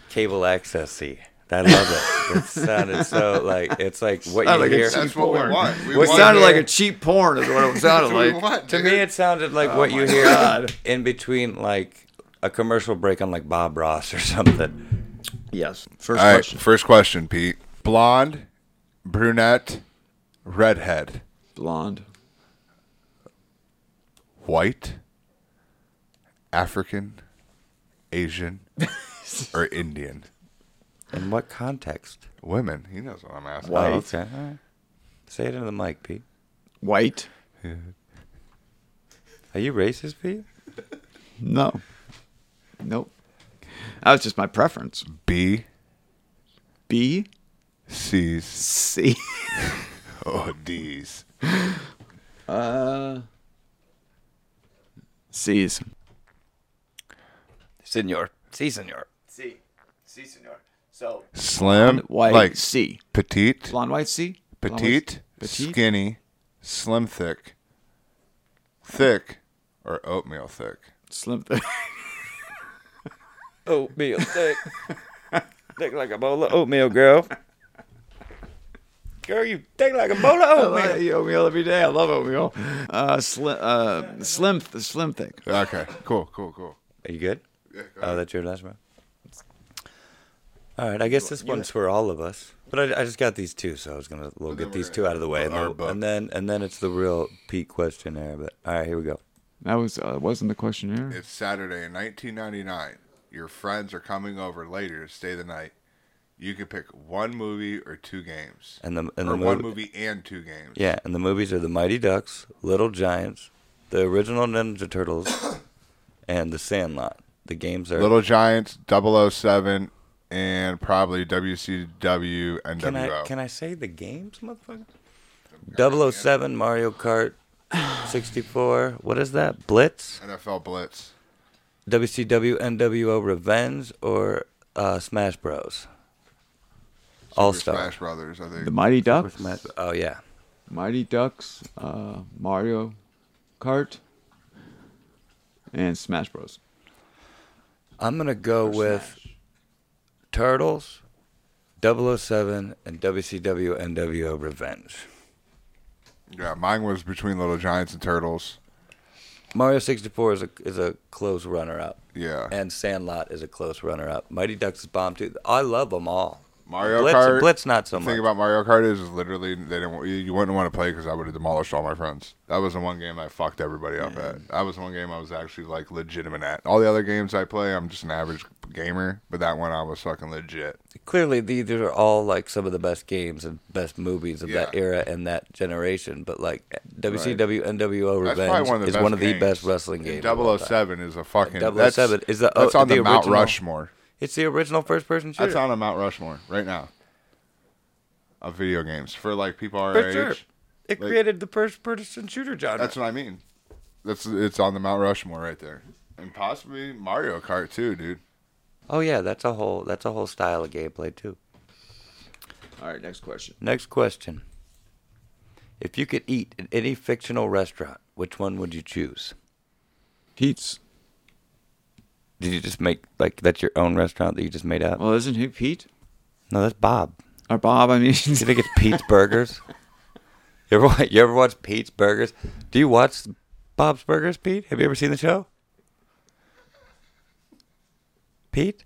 cable accessy. I love it. It sounded so like it's like what you Sounded like hear. it's- That's what we want. We it want sounded to- like a cheap porn, is what it sounded we like. want, To dude. me, it sounded Oh like what you hear God. in between like a commercial break on like Bob Ross or something. Yes. First All right, question. first question, Pete. Blonde, brunette, redhead, Blonde. white, African, Asian, or Indian? In what context? Women. He knows what I'm asking. White. Oh, okay. All right. Say it into the mic, Pete. White. Are you racist, Pete? No. Nope. That was just my preference. B, B. C's, C. O, D's. Uh. C's. Senor. Si, senor. C. C, senor. So. Slim, White. like C. petite, Blonde, white, C. Blonde, white, petite, Petite. skinny, slim, thick, thick, or oatmeal thick. Slim. Oatmeal thick. thick like a bowl of oatmeal, girl. Girl, you thick like a bowl of I oatmeal. eat oatmeal every day. I love oatmeal. Uh, slim, uh, slim, slim thick. Okay, cool, cool, cool. Are you good? Yeah, go Oh, ahead. that's your last one. All right, I guess this one's for all of us. But I, I just got these two, so I was gonna we'll get these two out of the way, and, our then- book. and then and then it's the real Pete questionnaire. But all right, here we go. That was uh, wasn't the questionnaire. It's Saturday in 1999. Your friends are coming over later to stay the night. You can pick one movie or two games, And the and or the one movie- movie and two games. Yeah, and the movies are The Mighty Ducks, Little Giants, the original Ninja Turtles, and The Sandlot. The games are Little Giants, 007, and probably WCW NWO. Can I can I say the games, motherfucker? 007 Mario Kart 64. What is that? Blitz? NFL Blitz. WCW NWO Revenge or uh, Smash Bros. All Super Star. Smash Brothers, I think. The Mighty Ducks, Smash. Oh yeah. Mighty Ducks, uh, Mario Kart, and Smash Bros. I'm gonna go with Turtles, 007, and WCW NWO Revenge. Yeah, mine was between Little Giants and Turtles. Mario 64 is a is a close runner up. Yeah. And Sandlot is a close runner up. Mighty Ducks is bomb too. I love them all. Mario Blitz, Kart. Blitz not so the much. thing about Mario Kart is, is literally they didn't want- you- you wouldn't want to play because I would have demolished all my friends. That was the one game I fucked everybody up at. That was the one game I was actually like legitimate at. All the other games I play, I'm just an average gamer, but that one I was fucking legit. Clearly, the- these are all like some of the best games and best movies of that Yeah. era and that generation. But like WCW NWO That's Revenge probably one of the is best one of the games. best wrestling games. of all Double O time. Seven is a fucking. Double O that's- Seven is the- that's oh, on the, the Mount original. Rushmore. It's the original first person shooter. That's on a Mount Rushmore right now. Of video games for like people our For age. sure. Like- It created the first person shooter genre. That's what I mean. That's it's on the Mount Rushmore right there, and possibly Mario Kart too, dude. oh yeah, that's a whole that's a whole style of gameplay too. All right, next question. Next question. If you could eat in any fictional restaurant, which one would you choose? Pete's. Did you just make like that's your own restaurant that you just made up? Well, isn't he Pete No, that's Bob. or Bob? I mean, You think it's Pete's Burgers? You ever wa- you ever watch Pete's Burgers? Do you watch Bob's Burgers, Pete? Have you ever seen the show? Pete?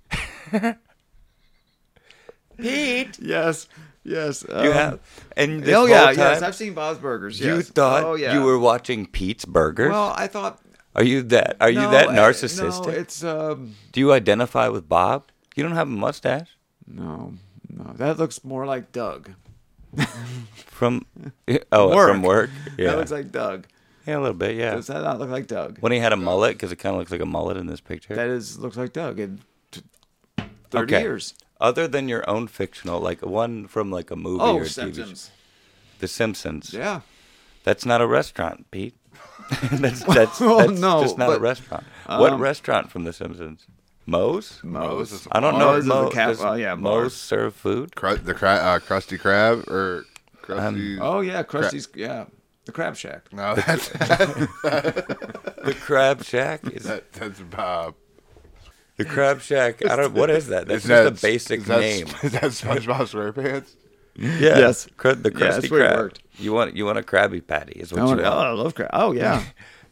Pete, yes, yes. you have and this Um, Oh whole yeah, time, yes. I've seen Bob's Burgers. you yes. thought Oh, yeah. you were watching Pete's Burgers. Well, I thought Are you that? Are you that narcissistic? No, it's um, Do you identify with Bob? You don't have a mustache. no, no. That looks more like Doug. From oh from work. Yeah, That looks like Doug. yeah, a little bit. Yeah, Does that not look like Doug? when he had a mullet, because it kind of looks like a mullet in this picture. That is looks like Doug in t- thirty Okay. years. Other than your own fictional, like one from like a movie or Oh, a TV show. Simpsons. The Simpsons. Yeah. That's not a restaurant, Pete. that's that's, Well, that's no, just not a but, restaurant. what um, restaurant from The Simpsons? Moe's? Moe's is- I don't know. if Moe's is a Mo- cat- does well, yeah, bar. Moe's serve food. Oh, Cru- the cra- uh, Krusty Krab or Krusty. Um, Oh yeah, Krusty's. Yeah, the Crab Shack. oh. No, that's The Crab Shack is that, that's Bob. the Crab Shack. I don't. What is that? That's Is just that- a basic is that- name. Is that SpongeBob SquarePants? Yeah. Yes. Cra- the Yeah, Krusty that's where it Krab. worked. You want you want a Krabby Patty is what I you want- want. oh, I love crab. Oh yeah.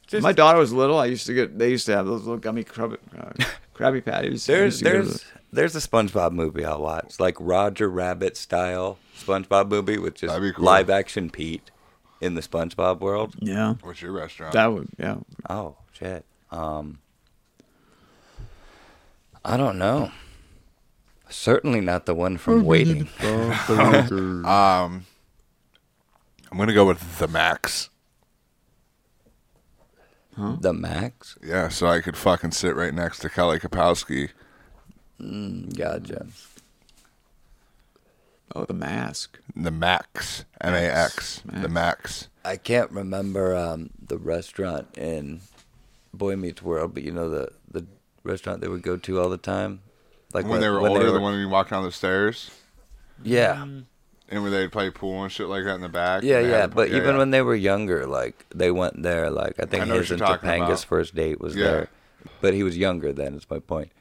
Just- My daughter was little. I used to get. They used to have those little gummy crab, uh, Krabby Patties. I There's used to go to there's there's a SpongeBob movie I'll watch, like Roger Rabbit style SpongeBob movie with just That'd be cool. live action Pete in the SpongeBob world. the- yeah. What's your restaurant? That would yeah. Oh shit. Um, I don't know. Certainly not the one from Waiting. um, I'm gonna go with the Max. the Max. Yeah, so I could fucking sit right next to Kelly Kapowski. Gotcha. Oh, the mask. The Max, M A X, the Max. I can't remember um, the restaurant in Boy Meets World, but you know the the restaurant they would go to all the time, like When they were older, the one when you walk down the stairs Yeah, and when they'd play pool and shit like that in the back. yeah, and they yeah. had the- But even when they were younger, like they went there. Like I think I know what you're his and talking Topanga's about. first date was Yeah. there, but he was younger then. Is my point.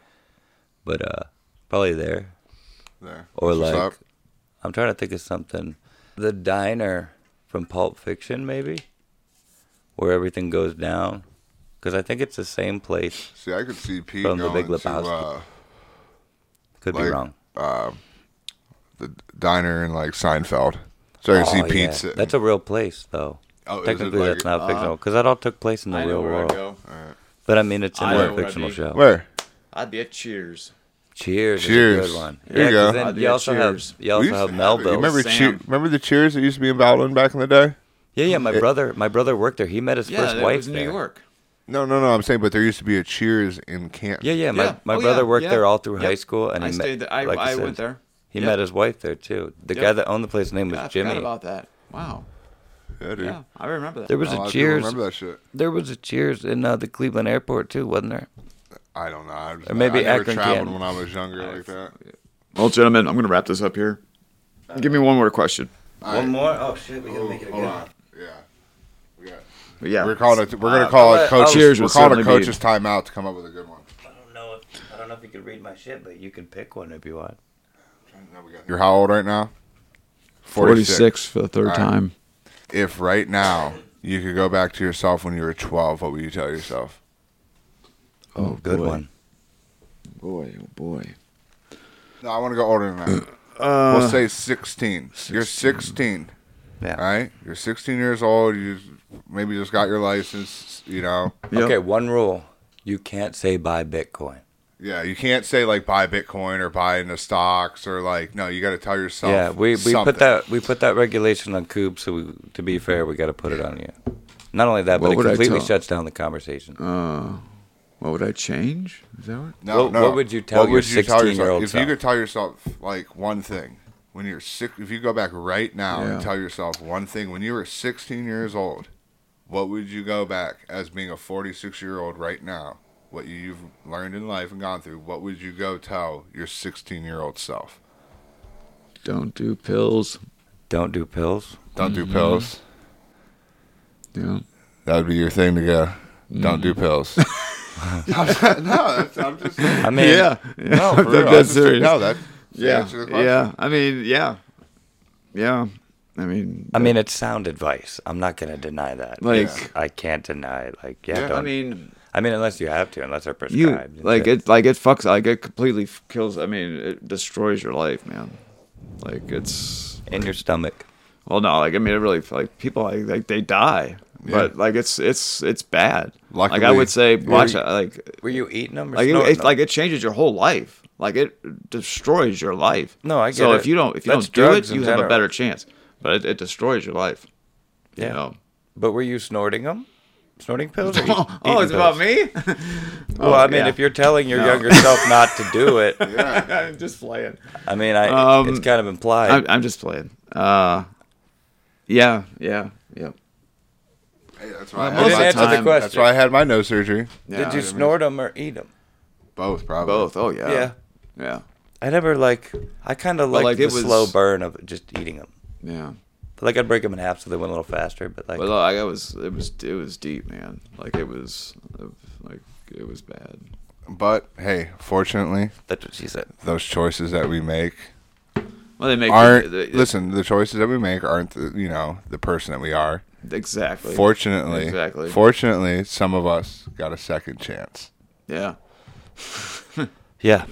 But uh, probably there. There. Or That's what's like, up. I'm trying to think of something. The diner from Pulp Fiction, maybe, where everything goes down, because I think it's the same place. see, I could see Pete from going the Big to Lebowski. uh, Could be Like, wrong. the diner in like Seinfeld, so I could see Oh, Pete. yeah. sitting- That's a real place, though. Oh, is it Technically, like- uh-huh. that's not fictional because that all took place in the real world. But I mean, it's in I a know, fictional Reggie. show. where I'd be at Cheers. Cheers, Cheers. is a good one. Here you 'cause go. Then I'd you be a also Cheers. have you We also used to have have it. You Melville. remember, Sam. cheer, remember the Cheers that used to be in Bowling back in the day? yeah, yeah. My brother, my brother worked there. He met his Yeah, first that wife was in New there. York. No, no, no. I'm saying, but there used to be a Cheers in Canton. Yeah, yeah. My, Yeah. my Oh, brother yeah, worked yeah. there all through high Yep. school, and I he met. stayed there. I- like I said, went there. He Yep. met his wife there too. The Yep. guy that owned the place name was I Jimmy. forgot about that. Wow. yeah, dude. Yeah, I remember that. Oh, There was Not a lot a of people Cheers. Oh, Remember that shit? There was a Cheers in uh, the Cleveland airport too, wasn't there? I don't know. I, Or maybe I never Akron traveled Canton. when I was younger like that. Well, gentlemen, I'm going to wrap this up here. Give me one more question. Alright. more. Oh shit, we gotta make it Hold on. Yeah. We got- But yeah, We're calling it. We're gonna call but- it coach. oh, Cheers we're would calling it certainly be- coach's timeout to come up with a good one. I don't know. If, I don't know if you can read my shit, but you can pick one if you want. Now we got- You're how old right now? 46, for the third All right. time. If right now you could go back to yourself when you were 12, what would you tell yourself? Oh, good boy. one. Boy, oh boy. No, I want to go older than that. Uh, we'll say 16. You're 16. Yeah. All right. You're 16 years old. You maybe just got your license. You know. Yep. Okay, one rule: you can't say buy Bitcoin. Yeah. You can't say like buy Bitcoin or buy into stocks or like no. You got to tell yourself. yeah, we, we something. put that we put that regulation on Coop. So we, to be fair, we got to put it on you. Not only that, Mm-hmm. What but would it I completely tell- shuts down the conversation. uh, What would I change? Is that what? No, What- no. what would you tell your you 16 year old yourself? If self? you could tell yourself like one thing when you're six, if you go back right now and Yeah. tell yourself one thing when you were 16 years old, what would you go back as being a 46 year old right now? What you've learned in life and gone through, what would you go tell your 16 year old self? Don't do pills. Don't do pills. Don't Mm-hmm. do pills. Yeah. That would be your thing to go. Don't Mm-hmm. do pills. no, that's, I'm just. I mean, No, for That- real. that's That's serious. no, that. Yeah. answer the question. Yeah. I mean, yeah. Yeah. I mean, I mean, it's sound advice. I'm not gonna deny that. Like- It's- I can't deny. Like, yeah, Yeah. don't. I mean, I mean, unless you have to, unless they're you prescribed. and like shit. it, like it fucks, like it completely f- kills. I mean, it destroys your life, man. Like it's in your stomach. well, no, like I mean, it really like people like, like they die. But like it's it's it's bad. like I Luckily- would say, Yeah. watch it. Like Were you eating them? Or like it, snorting it, them? like it changes your whole life. Like it destroys your life. No, I get so it. if you don't if you That's don't do it, drugs in you have a general. better chance. But it, it destroys your life. yeah. You know? But were you snorting them? Snorting pills? Or eat- Oh, eating it's about pills? me. Oh, Well, I mean, yeah. if you're telling your No. younger self not to do it, I'm just playing. I mean, I Um, it's kind of implied. I'm, I'm just playing. Uh, yeah, yeah, yeah. Hey, that's why I had my- Most of the answer the time- question. That's why I had my nose surgery. yeah, Did I you snort them or eat them? Both, probably. Both. Oh yeah. Yeah. Yeah. I never like. I kind of like, like, the it was- slow burn of just eating them. Yeah. Like I'd break them in half so they went a little faster. But like, But like I was, it was, it was deep, man. Like it was, like it was bad. But hey, fortunately, that's what she said. those choices that we make Well, they make aren't. they- they- listen, the choices that we make aren't, the, you know, the person that we are. exactly. Fortunately, Exactly. fortunately, some of us got a second chance. yeah. Yeah.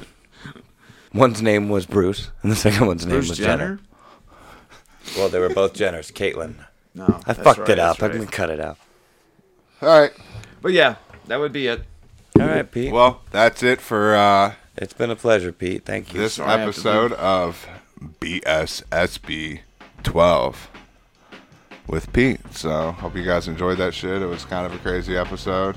One's name was Bruce, and the second one's name Bruce was Jenner. Jenner. Well, they were both Jenners. Caitlin. No, I that's fucked right, it up. that's I'm gonna right. cut it out. All right. But yeah, that would be it. All right, Pete. Well, that's it for uh, it's been a pleasure, Pete. Thank you. this Sorry, I have to episode of BSSB 12 with Pete. So, hope you guys enjoyed that shit. It was kind of a crazy episode.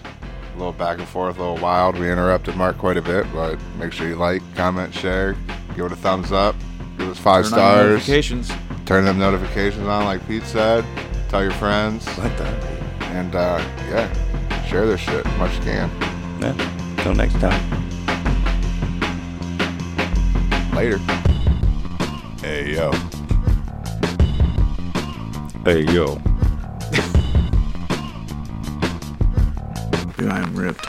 A little back and forth, a little wild. We interrupted Mark quite a bit, but make sure you like, comment, share, give it a thumbs up, give us five Turn on your stars, Notifications. turn them notifications on, like Pete said. Tell your friends, What the? and uh, yeah, share this shit as much as you can. Yeah. Till next time. Later. Hey, yo. Hey yo. Dude, I'm ripped.